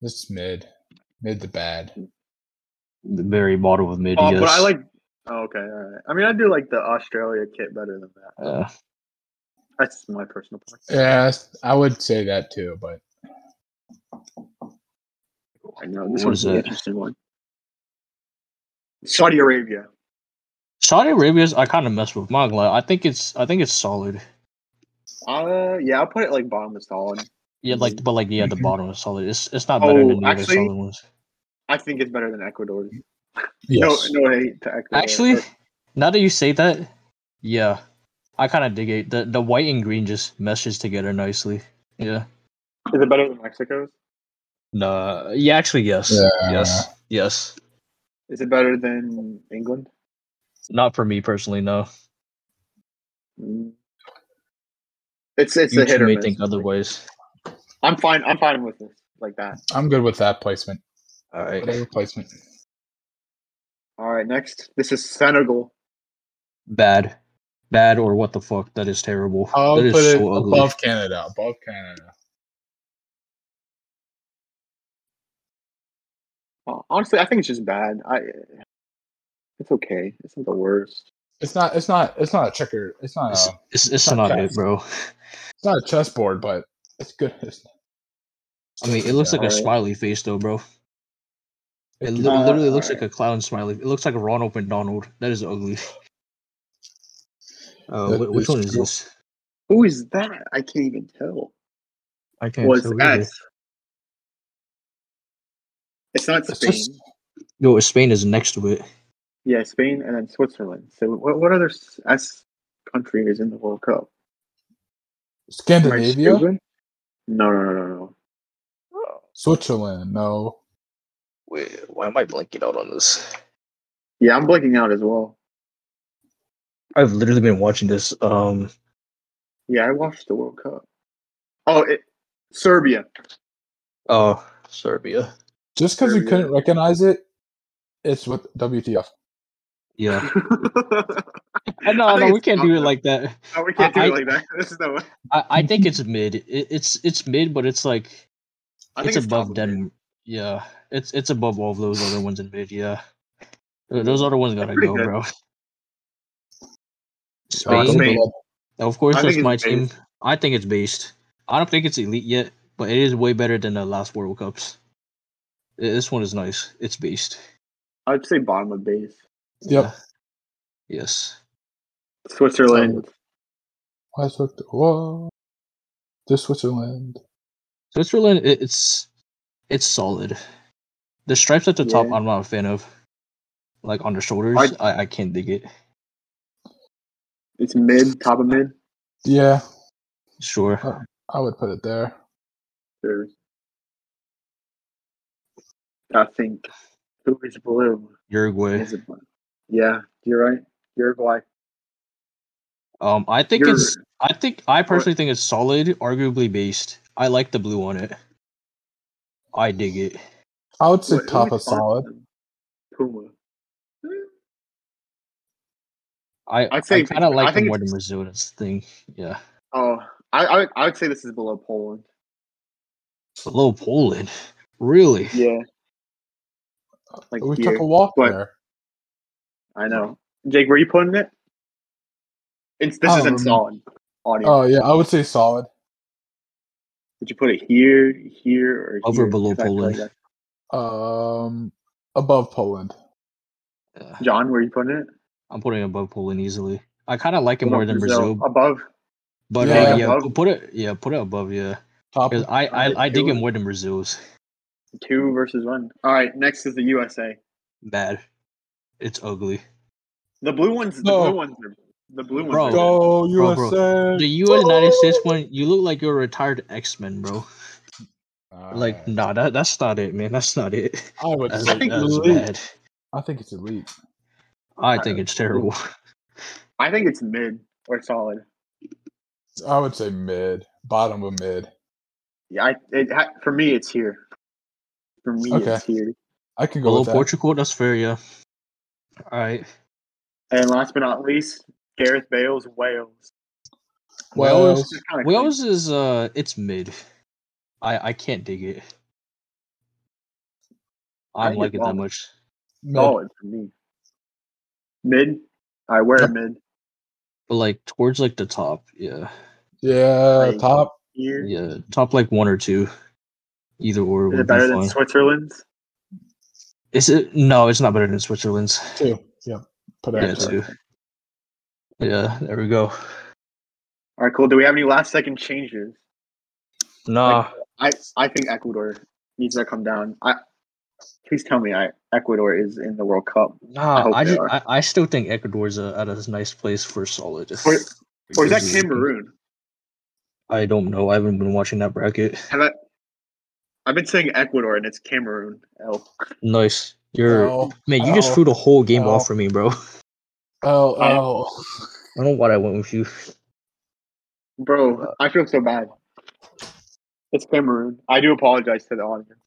B: It's mid, mid to bad.
C: the very bottom of mid.
A: Oh,
C: yes.
A: but I like. Oh, okay, all right. I mean, I do like the Australia kit better than that.
C: Uh,
A: That's my personal point.
B: Yeah, I would say that too, but
A: I know this
C: What
A: one's
C: is
A: an
C: it?
A: interesting one. Saudi Arabia.
C: Saudi Arabia's I kind of mess with. Not gonna lie. I think it's I think it's solid.
A: Uh, yeah, I'll put it like bottom of solid.
C: Yeah, like but like yeah, the
B: Mhm.
C: bottom is solid. It's it's not better
A: Mm-hmm. Oh,
C: than the
A: actually-
C: other solid ones.
A: I think it's better than Ecuador's.
B: yes,
A: No, no hate to Ecuador.
C: Actually,
A: but
C: now that you say that, yeah, I kind of dig it. The the white and green just meshes together nicely. Yeah.
A: is it better than Mexico's?
C: Nah. Yeah. Actually, yes.
B: Yeah.
C: Yes. Yes.
A: Is it better than England?
C: Not for me personally. No.
A: Mm. It's it's
C: You
A: a hit
C: two
A: or
C: may
A: miss.
C: think otherwise.
A: I'm fine. I'm fine with this like that.
B: I'm good with that placement.
C: All right.
B: Whatever placement.
A: All right, next. This is Senegal.
C: Bad. Bad or what the fuck? That is terrible.
B: I'll
C: that is
B: put it
C: so ugly.
B: above Canada. Above Canada.
A: Uh, Honestly, I think it's just bad. I. It's okay. It's not the worst.
B: It's not. It's not. It's not a checker. It's not.
C: It's,
B: A,
C: Uh, it's, it's
B: not
C: not
B: bad.
C: it, bro.
B: it's not a chessboard, but it's good. It's,
C: I mean, it looks like a
A: Alright.
C: smiley face, though, bro. It li-
A: Uh,
C: literally looks
A: alright.
C: like a clown smiley. It looks like a Ronald McDonald. That is ugly. Uh,
B: That
C: wh- which
B: is
C: one is
B: cool.
C: this?
A: Who is that? I can't even tell.
C: I can't.
A: Was
C: tell either.
A: S. It's not
C: It's
A: Spain.
C: just- Yo, Spain is next to it.
A: Yeah, Spain and then Switzerland. So what, what other s- S country is in the World Cup? Am I
B: Scandinavia,
A: stupid? No, no, no, no, no.
B: Switzerland. No,
C: Wait, why am I blanking out on this?
A: Yeah, I'm blanking out as well.
C: I've literally been watching this. Um,
A: Yeah, I watched the World Cup. Oh, it, Serbia.
C: oh, Serbia.
B: just because we
A: Serbia.
B: couldn't recognize it, it's with WTF.
C: Yeah.
A: I
C: Uh, no,
A: think
C: no, we
A: it's
C: can't do it
A: Scotland.
C: like that.
A: No, we can't do
C: I-
A: it like that. This is no way.
C: I, I think it's mid. It, it's it's mid, but it's like
A: I
C: it's,
A: think
C: above
A: Scotland.
C: Denmark. Yeah, it's it's above all those other ones in mid. Yeah, Th- those other ones gotta
A: Pretty
C: go,
A: good.
C: bro.
B: Uh,
C: Spain,
B: don't
A: Spain.
B: know.
C: Now, of course,
A: I think
C: that's
A: it's
C: my team. I think it's based. I don't think it's elite yet, but it is way better than the last World Cups. I- This one is nice. It's based.
A: I'd say bottom of base.
B: Yep.
C: Yeah. Yes.
A: Switzerland.
B: Why is it- Whoa. This Switzerland.
C: Switzerland. It, it's it's solid. The stripes at the top,
A: Yeah.
C: I'm not a fan of. Like on the shoulders,
A: I-
C: I, I can't dig it.
A: It's mid, top of mid.
B: Yeah,
C: Sure.
B: Uh, I would put it there.
A: Sure. I think who is blue?
C: Uruguay.
A: Is it blue? Yeah, you're right. Uruguay.
C: Um, I think
A: You're-
C: it's. I think I personally think it's solid, arguably based. I like the blue on it. I dig it.
B: I would say
A: Wait, who
B: top of
A: is bottom
B: solid.
A: then? Puma.
C: I i
A: I'd say-
C: kind of
A: I
C: like the
A: think
C: more the
A: it's-
C: resilience thing. Yeah,
A: Oh, I, I would- I would say this is below Poland.
C: below Poland, really?
A: Yeah. Like
B: we
A: here.
B: took a walk
A: but-
B: there.
A: I know. Jake, were you putting it? It's this
B: I
A: is
B: don't
A: in solid audio.
B: Oh yeah, I would say solid.
A: Would you put it here, here, or
C: Over
A: here?
C: below
A: 'Cause I feel
C: Poland.
A: that-
B: Um, above Poland.
C: Yeah.
A: John, were you putting it?
C: I'm putting it above Poland easily. I kind of like it
A: Below
C: more than Brazil,
A: Above.
C: but yeah,
B: Yeah.
C: uh, yeah
A: Above?
C: put it yeah put it above yeah.
B: Top.
C: 'Cause I I, I
A: Alright,
C: dig it
A: two.
C: more than Brazil's.
A: Two versus one. All right. Next is the USA.
C: Bad, it's ugly.
A: The blue ones. The
B: No.
A: blue ones. Are, the blue ones.
C: Bro.
A: are-
B: Go
C: Oh, Bro, bro.
B: USA.
C: The U.S. United States
A: Oh.
C: one, you look like you're a retired X Men, bro. Like
B: Alright.
C: nah, that, that's not it, man. That's not it.
B: I would.
C: That's,
B: Say,
A: think
C: that's
B: elite.
C: bad.
B: I think it's elite.
C: I think it's terrible.
A: I think it's mid or solid.
B: I would say mid, bottom of mid.
A: Yeah. I, it, ha- for me, it's here. For me,
B: Okay.
A: it's here.
B: I could go
C: Below
B: with that.
C: Portugal, that's fair, yeah. All right.
A: And last but not least, Gareth Bale's Wales.
B: Wales.
A: It's kinda clean.
C: Wales is uh it's mid. I I can't dig it. I
A: I
C: don't
A: think
C: like
A: it's
C: it that
A: wrong.
C: much.
B: Mid.
A: solid for me. Mid. I wear
B: Yep.
A: mid
C: But like towards like the top, yeah.
B: Yeah,
A: Like-
B: top.
A: here.
C: Yeah. Top like one or two. Either or
A: Is it
C: would
A: better
C: be
A: than
C: fine.
A: Switzerland's?
C: Is it no, it's not better than Switzerland's.
B: Two. Yeah. Put it
C: Yeah,
B: at two.
C: two. Yeah, there we go.
A: All right, cool. Do we have any last second changes?
C: Nah.
A: I, I think Ecuador needs to come down. I please tell me I Ecuador is in the World Cup. I
C: Nah,
A: hope
C: I,
A: they
C: just,
A: are.
C: I I still think Ecuador's a, at a nice place for solid.
A: Or- Or is that
C: Because-
A: Cameroon?
C: I don't know. I haven't been watching that bracket.
A: Have I, I've been saying Ecuador and it's Cameroon. Oh,
C: Nice. You're
B: L,
C: man, you just
B: L,
C: threw the whole game
B: Ow.
C: off for me, bro.
B: L,
A: I-
B: L.
C: I don't know why I went with you.
A: bro, I feel so bad. It's Cameroon. I do apologize to the audience.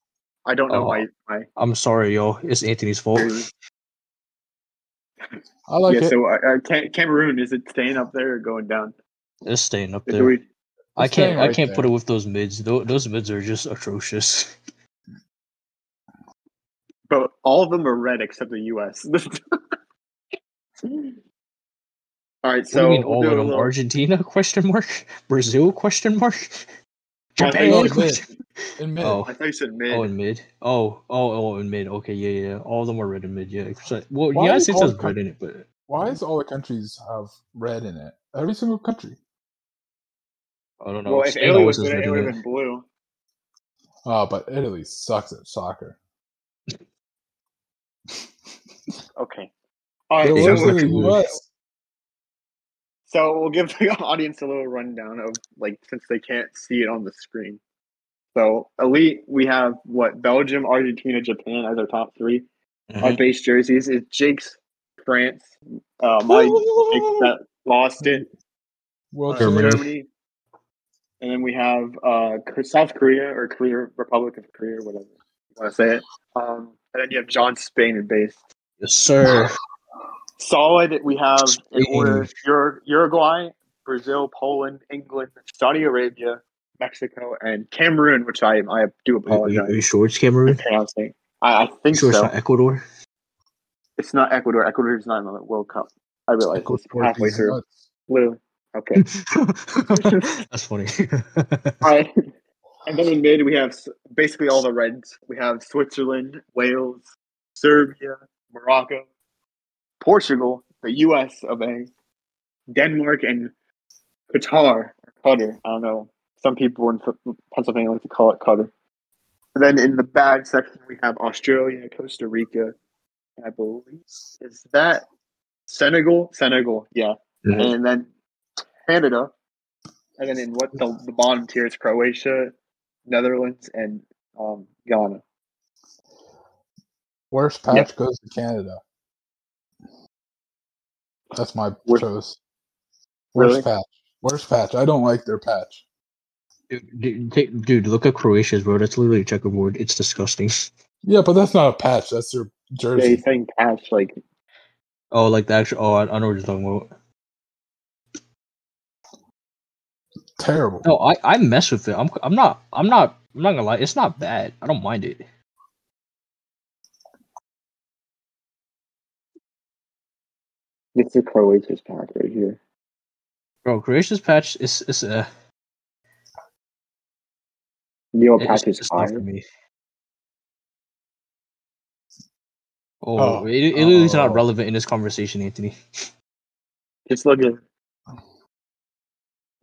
A: I don't know
C: Oh.
A: why. why.
C: I'm sorry, yo. It's Anthony's fault.
B: I like
A: yeah,
B: it.
A: so I, I can't, Cameroon is it staying up there or going down?
C: It's staying up
A: Do
C: there.
A: we,
C: I
B: It's staying
C: can't. I
B: right
C: can't put it
B: there.
C: with those mids. Those, those mids are just atrocious.
A: but all of them are red except the U.S. all right,
C: what
A: so
C: do you mean
A: we'll
C: all
A: do
C: of
A: a
C: them?
A: little-
C: Argentina? Question mark. Brazil? Question mark.
A: I
C: Japan?
A: think-
B: Oh, in
C: question-
B: mid. In mid.
C: Oh,
A: I thought you said mid.
C: oh, in mid. Oh, oh, oh, in mid. Okay, yeah, yeah. All of them are red in mid. Yeah. except- Well,
B: Why
C: yeah,
B: is
C: it
B: all
C: has
B: the
C: red in it, but
B: Why is all the countries have red in it? Every single country.
C: I don't know.
A: well, if
C: Spain
A: Italy
C: always
A: was
C: has
A: in it,
C: red
A: it
C: in
A: would
C: it.
A: have been blue.
B: Oh, but Italy sucks at soccer.
A: Okay. All right.
B: They're
C: Yeah,
A: So,
C: listening.
B: listening to
C: we're-
B: us.
A: so we'll give the audience a little rundown of like since they can't see it on the screen. So elite, we have what Belgium, Argentina, Japan as our top 3
C: Mm-hmm.
A: Our base jerseys is Jake's France. Uh, my Jake that lost it.
B: World
A: uh,
C: Germany.
B: Series.
A: Germany. And then we have uh, K- South Korea or Korea Republic of Korea, whatever you want to say it. Um, and then you have John Spain in base.
C: Yes, sir.
A: Solid. We have in
C: Spain.
A: order Ur- Uruguay, Brazil, Poland, England, Saudi Arabia, Mexico, and Cameroon, which I I do
C: Are Oh, you, are
A: apologize
C: you sure it's
A: for
C: Cameroon?
A: pronouncing. I, I
C: You
A: think
C: sure it's
A: so.
C: not Ecuador?
A: It's not Ecuador. Ecuador is not in the World Cup. I realize it's
C: Ecuador
A: halfway
C: is
A: through. Literally. Okay.
C: That's funny.
A: All right. And then in mid, we have s- basically all the reds. We have Switzerland, Wales, Serbia, Morocco, Portugal, the U.S. of A., Denmark, and Qatar. Or Qatar. I don't know. Some people in P- Pennsylvania like to call it Qatar. And then in the bad section, we have Australia, Costa Rica. and I believe is that Senegal. Senegal, yeah.
C: Mhm.
A: And then Canada. And then in what the, the bottom tier is Croatia, Netherlands, and um, Ghana.
B: Worst patch goes to Canada. That's my
A: Worst-
B: choice. Worst
A: Really?
B: patch. Worst patch. I don't like their patch.
C: Dude, dude, take- dude, look at Croatia's bro. That's literally a checkerboard. It's disgusting.
B: Yeah, but that's not a patch. That's their
A: Yeah,
B: jersey.
A: he's saying patch like
C: Oh, like the actual. Oh, I, I know what you're talking about.
B: Terrible.
A: Oh.
C: No, I, I mess with it. I'm I'm not I'm not I'm not gonna lie. It's not bad. I don't mind it.
A: it's the Croatia's patch right here.
C: Bro, Croatia's patch is is uh,
A: Neo
C: it's,
A: patch is
C: it's not for
A: fire.
C: me. Oh,
B: Oh,
C: it, it literally is not
B: oh.
C: relevant in this conversation, Anthony.
A: Just look at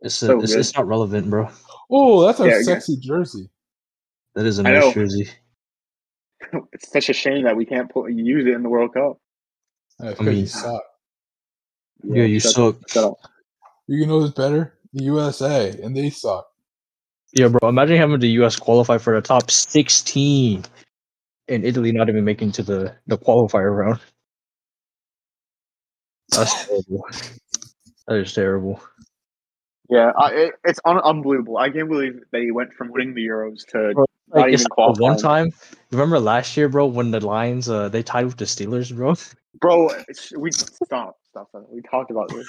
C: It's
A: So
C: it's,
A: good.
C: it's not relevant, bro.
B: Oh, that's a
A: Yeah, I guess.
B: sexy jersey.
C: That is a
A: I know.
C: nice jersey.
A: it's such a shame that we can't put use it in the World Cup.
B: That's
C: I
B: 'cause
C: mean-
B: you suck.
C: Yeah, you
A: shut-
C: suck.
A: shut up.
B: You know who's better? The USA, and they suck.
C: Yeah, bro. Imagine having the U.S. qualify for the top 16, and Italy not even making to the the qualifier round. That's terrible. That is terrible.
A: Yeah, I, it, it's un- unbelievable. I can't believe they went from winning the Euros to
C: Bro,
A: not
C: Like,
A: even
C: it's like the one
A: qualifying.
C: time. Remember last year, bro, when the Lions uh they tied with the Steelers, bro.
A: Bro, it's, we stop, stop, stop. We talked about this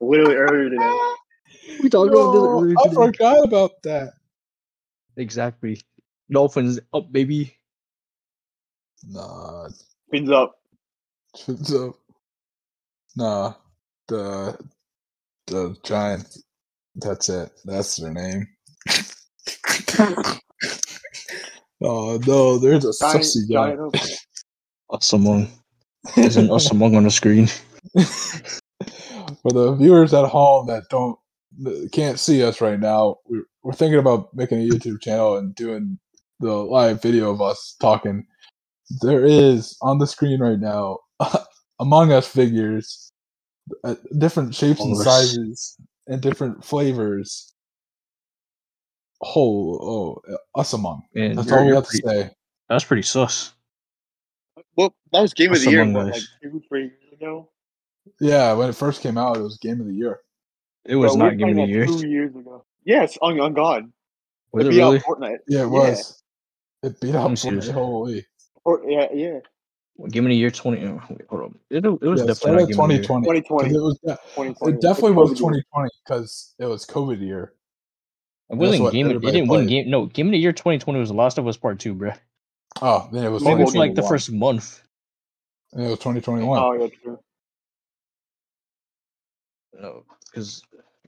A: literally earlier today.
C: We talked
B: Yo, I forgot about that.
C: Exactly. Dolphins up, baby.
B: Nah,
A: Fins up.
B: so, nah, the the Giants. That's it. That's their name. oh no, there's a
A: Giant-
B: sexy guy.
A: giant hoop.
C: Us among. There's an us among on the screen.
B: For the viewers at home that don't that can't see us right now, we're, we're thinking about making a YouTube channel and doing the live video of us talking. There is on the screen right now Among Us figures, uh, different shapes and
C: Among Us.
B: sizes and different flavors. Oh, oh, uh, us among.
C: And
B: That's
C: you're-
B: all we
C: you're
B: have to
C: pretty-
B: say.
C: That's pretty sus.
A: Well, that was game of
C: Us
A: the year,
C: Among
A: what, like
C: Us.
A: two, three years ago.
B: Yeah, when it first came out, it was Game of the Year.
C: It
A: Bro,
C: was
A: we
C: not
A: were
C: giving a
A: playing
C: year.
A: that Two years ago. Yes, on, on God.
C: Was
A: to
C: it
A: beat out
C: really?
A: Fortnite.
B: Yeah, it
A: Yeah.
B: was. It beat
C: I'm
B: out
C: serious.
B: Fortnite. Holy.
A: Or, yeah, yeah.
C: Give me the year 20. oh, Wait, hold on. It, it was
B: Yeah, it
C: definitely
B: started
C: not Game of the Year.
B: 2020. 'cause
A: 2020.
B: It, was, yeah,
A: 2020.
B: it definitely was
A: COVID year.
B: 2020 because it was COVID year.
C: It
B: That's
C: wasn't
B: what
C: game. It
B: everybody
C: didn't win
B: played.
C: game. No, game of the year 2020 was The Last of Us Part Two, bro.
B: Oh, then it was
A: Mobile
C: Maybe for
B: 2020.
C: like the
A: game
C: first month.
B: and it was 2021.
A: Oh, yeah, true.
C: No, because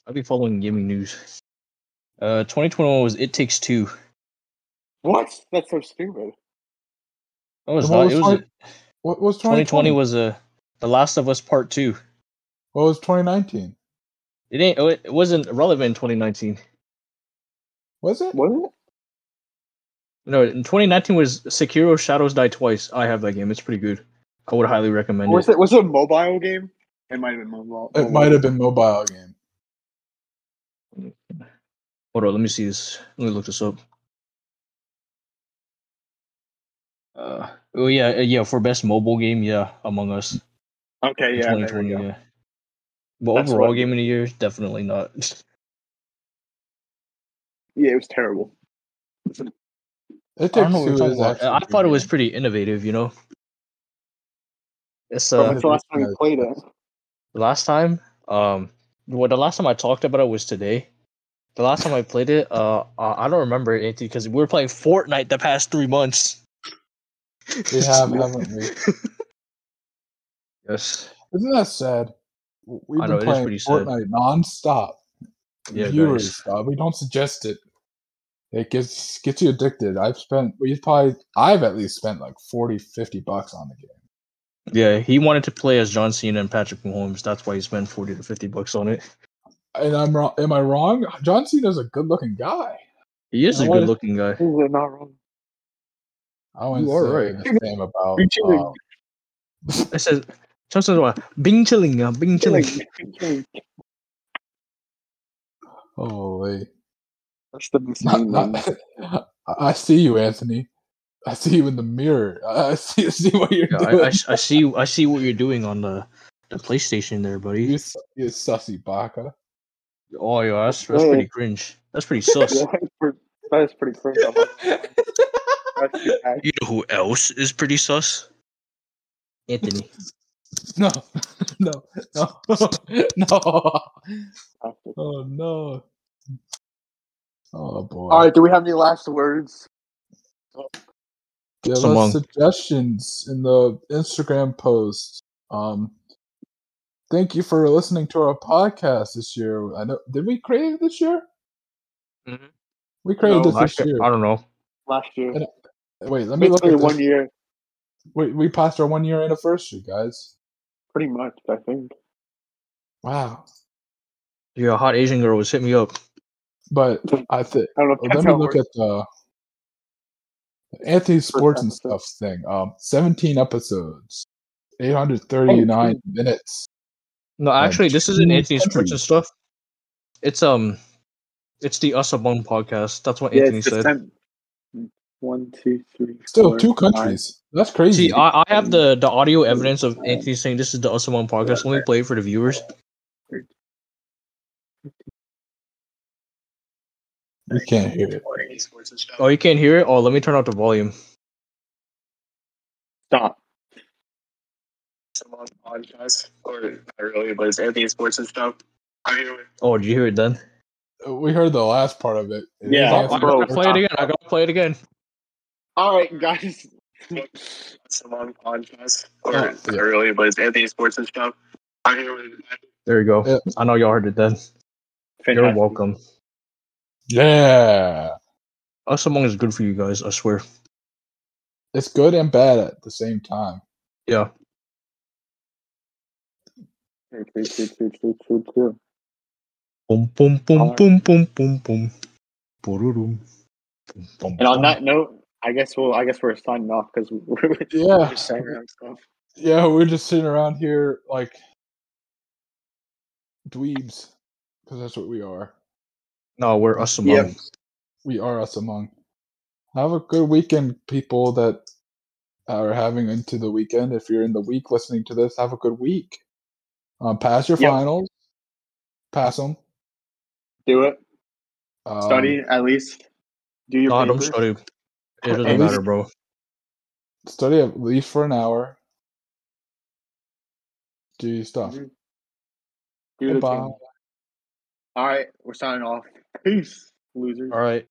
C: I'll be following gaming news. Uh, 2021 was It Takes Two.
A: What? That's so stupid.
C: That was
B: And what
C: not.
B: was
C: It was
B: twenty-
C: a-
B: what was 2020?
C: 2020 was a The Last of Us Part Two.
B: what was 2019?
C: It ain't. oh, It wasn't relevant in 2019.
B: Was it?
A: What?
C: No, in 2019 was Sekiro Shadows Die Twice. I have that game. It's pretty good. I would highly recommend
A: Was
C: it.
A: it was it a mobile game? It might have been mobile.
B: It might have been mobile game.
C: Hold on, let me see this. Let me look this up. Uh, oh yeah, uh, yeah. For best mobile game, yeah, Among Us.
A: Okay, yeah. there we
C: 2020,
A: go.
C: yeah. But
A: That's
C: overall,
A: what-
C: game of the year, definitely not.
A: Yeah, it was terrible.
B: It
C: I
B: takes
C: don't know what we're
B: two
C: talking
B: is
C: about.
B: actually
C: I
B: a good
C: thought it was
B: game.
C: pretty innovative, you know. It's
A: When
C: uh
A: was the last time you played it?
C: last time. Um, well, the last time I talked about it was today. The last time I played it, uh, I I don't remember it because we were playing Fortnite the past three months.
B: We have, haven't we?
C: Yes.
B: Isn't that sad? We've
C: I
B: been
C: know, it is
B: playing
C: pretty sad.
B: Fortnite nonstop.
C: Yeah,
B: Viewers,
C: guys.
B: uh, we don't suggest it. It gets gets you addicted. I've spent we've probably I've at least spent like 40, 50 bucks on the game.
C: Yeah, he wanted to play as John Cena and Patrick Mahomes. That's why he spent forty to fifty bucks on it.
B: And I'm wrong. Am I wrong? John Cena's a good looking guy.
C: He is
B: I
C: a
B: wanted-
C: good-looking guy.
A: This is not wrong.
B: I wouldn't
C: You are
B: say
C: right.
B: the same about.
A: You're cheating.
B: um,
C: It says, "Johnson, what? Bing chilling, uh, Bing chilling."
A: Like,
B: holy,
A: That's the best
B: Not-
A: meme,
B: not-
A: man.
B: I I see you, Anthony. I see you in the mirror. I I see, see what you're
C: Yeah,
B: doing.
C: I, I, I see I see what you're doing on the, the PlayStation there,
B: you,
C: buddy.
B: su- you sussy baka.
C: Oh yeah, that's, that's pretty cringe. That's pretty sus.
A: Yeah, that's pretty- that is pretty cringe. I'm not gonna lie. That's too bad.
C: You know who else is pretty sus? Anthony.
B: No, no, no, no.
A: That's too-
B: Oh no. Oh boy.
A: All right, do we have any last words?
B: Give
C: Among-
B: us suggestions in the Instagram post. Um, thank you for listening to our podcast this year. I know. Did we create it this year?
C: Mhm.
B: We created
A: No,
B: this this year.
C: I don't know.
A: Last year,
B: And- Wait, let me look
A: basically
B: at
A: one
B: this.
A: year,
B: We, we passed our one year anniversary, guys.
A: pretty much. I think.
B: Wow.
C: Yeah, hot Asian girl was hit me up.
B: But I think
A: I don't know. If that's
B: let me
A: how it
B: look
A: works.
B: at the Anthony Sports and
A: episode.
B: Stuff thing. Um, seventeen episodes, eight hundred thirty-nine
A: Oh,
B: minutes.
C: No, actually, this isn't
B: two
C: Anthony's sports and
B: countries.
C: stuff. It's um, it's the Us Among podcast. That's what
A: Yeah,
C: Anthony
A: it's just
C: said.
A: ten. One, two, three.
B: Still
A: four,
B: two
A: five.
B: countries. That's crazy.
C: See, I, I have the the audio evidence of Anthony saying this is the Us Among podcast. Let me play it for the viewers.
B: you can't hear it.
C: Oh, you can't hear it. Oh, let me turn up the volume.
A: Stop.
D: Among podcast, or not really, but it's Anthony Sports and stuff. I'm here with
C: Oh, did you hear it then?
B: We heard the last part of it. It
A: Yeah,
B: is
C: I
B: Anthony
A: bro.
C: gotta
B: Sports.
C: play it again. I gotta play it again.
A: All right, guys.
D: Among podcast, or
B: Yeah,
D: not
B: yeah.
D: really, but it's Anthony Sports and stuff. I'm here with
C: There you go.
B: Yeah.
C: I know y'all heard it then. You're
A: Fantastic.
C: welcome.
B: Yeah,
C: Us Among is good for you guys. I swear.
B: it's good and bad at the same time.
C: Yeah.
A: True, true, true, true, true, true, true.
C: Boom, boom, boom,
A: Alright.
C: boom, boom, boom, boom. Boom, boom,
A: And on
C: boom.
A: that note, I guess we'll. I guess we're signing off because we're we're
B: Yeah,
A: just saying around stuff.
B: yeah. We're just sitting around here like dweebs because that's what we are.
C: No, we're Us Among.
A: Yeah.
B: we are us among. Have a good weekend, people that are having into the weekend. If you're in the week listening to this, have a good week. Um, pass your
A: Yep.
B: finals, pass them.
A: Do it.
B: Um,
A: Study at least. Do your
C: God, I'm
A: papers.
C: sorry. It doesn't
B: At
C: matter,
B: least-
C: bro.
B: study at least for an hour. Do your stuff.
A: Mhm. Do the
B: Goodbye.
A: thing. All right, we're signing off. Peace, losers.
C: All right.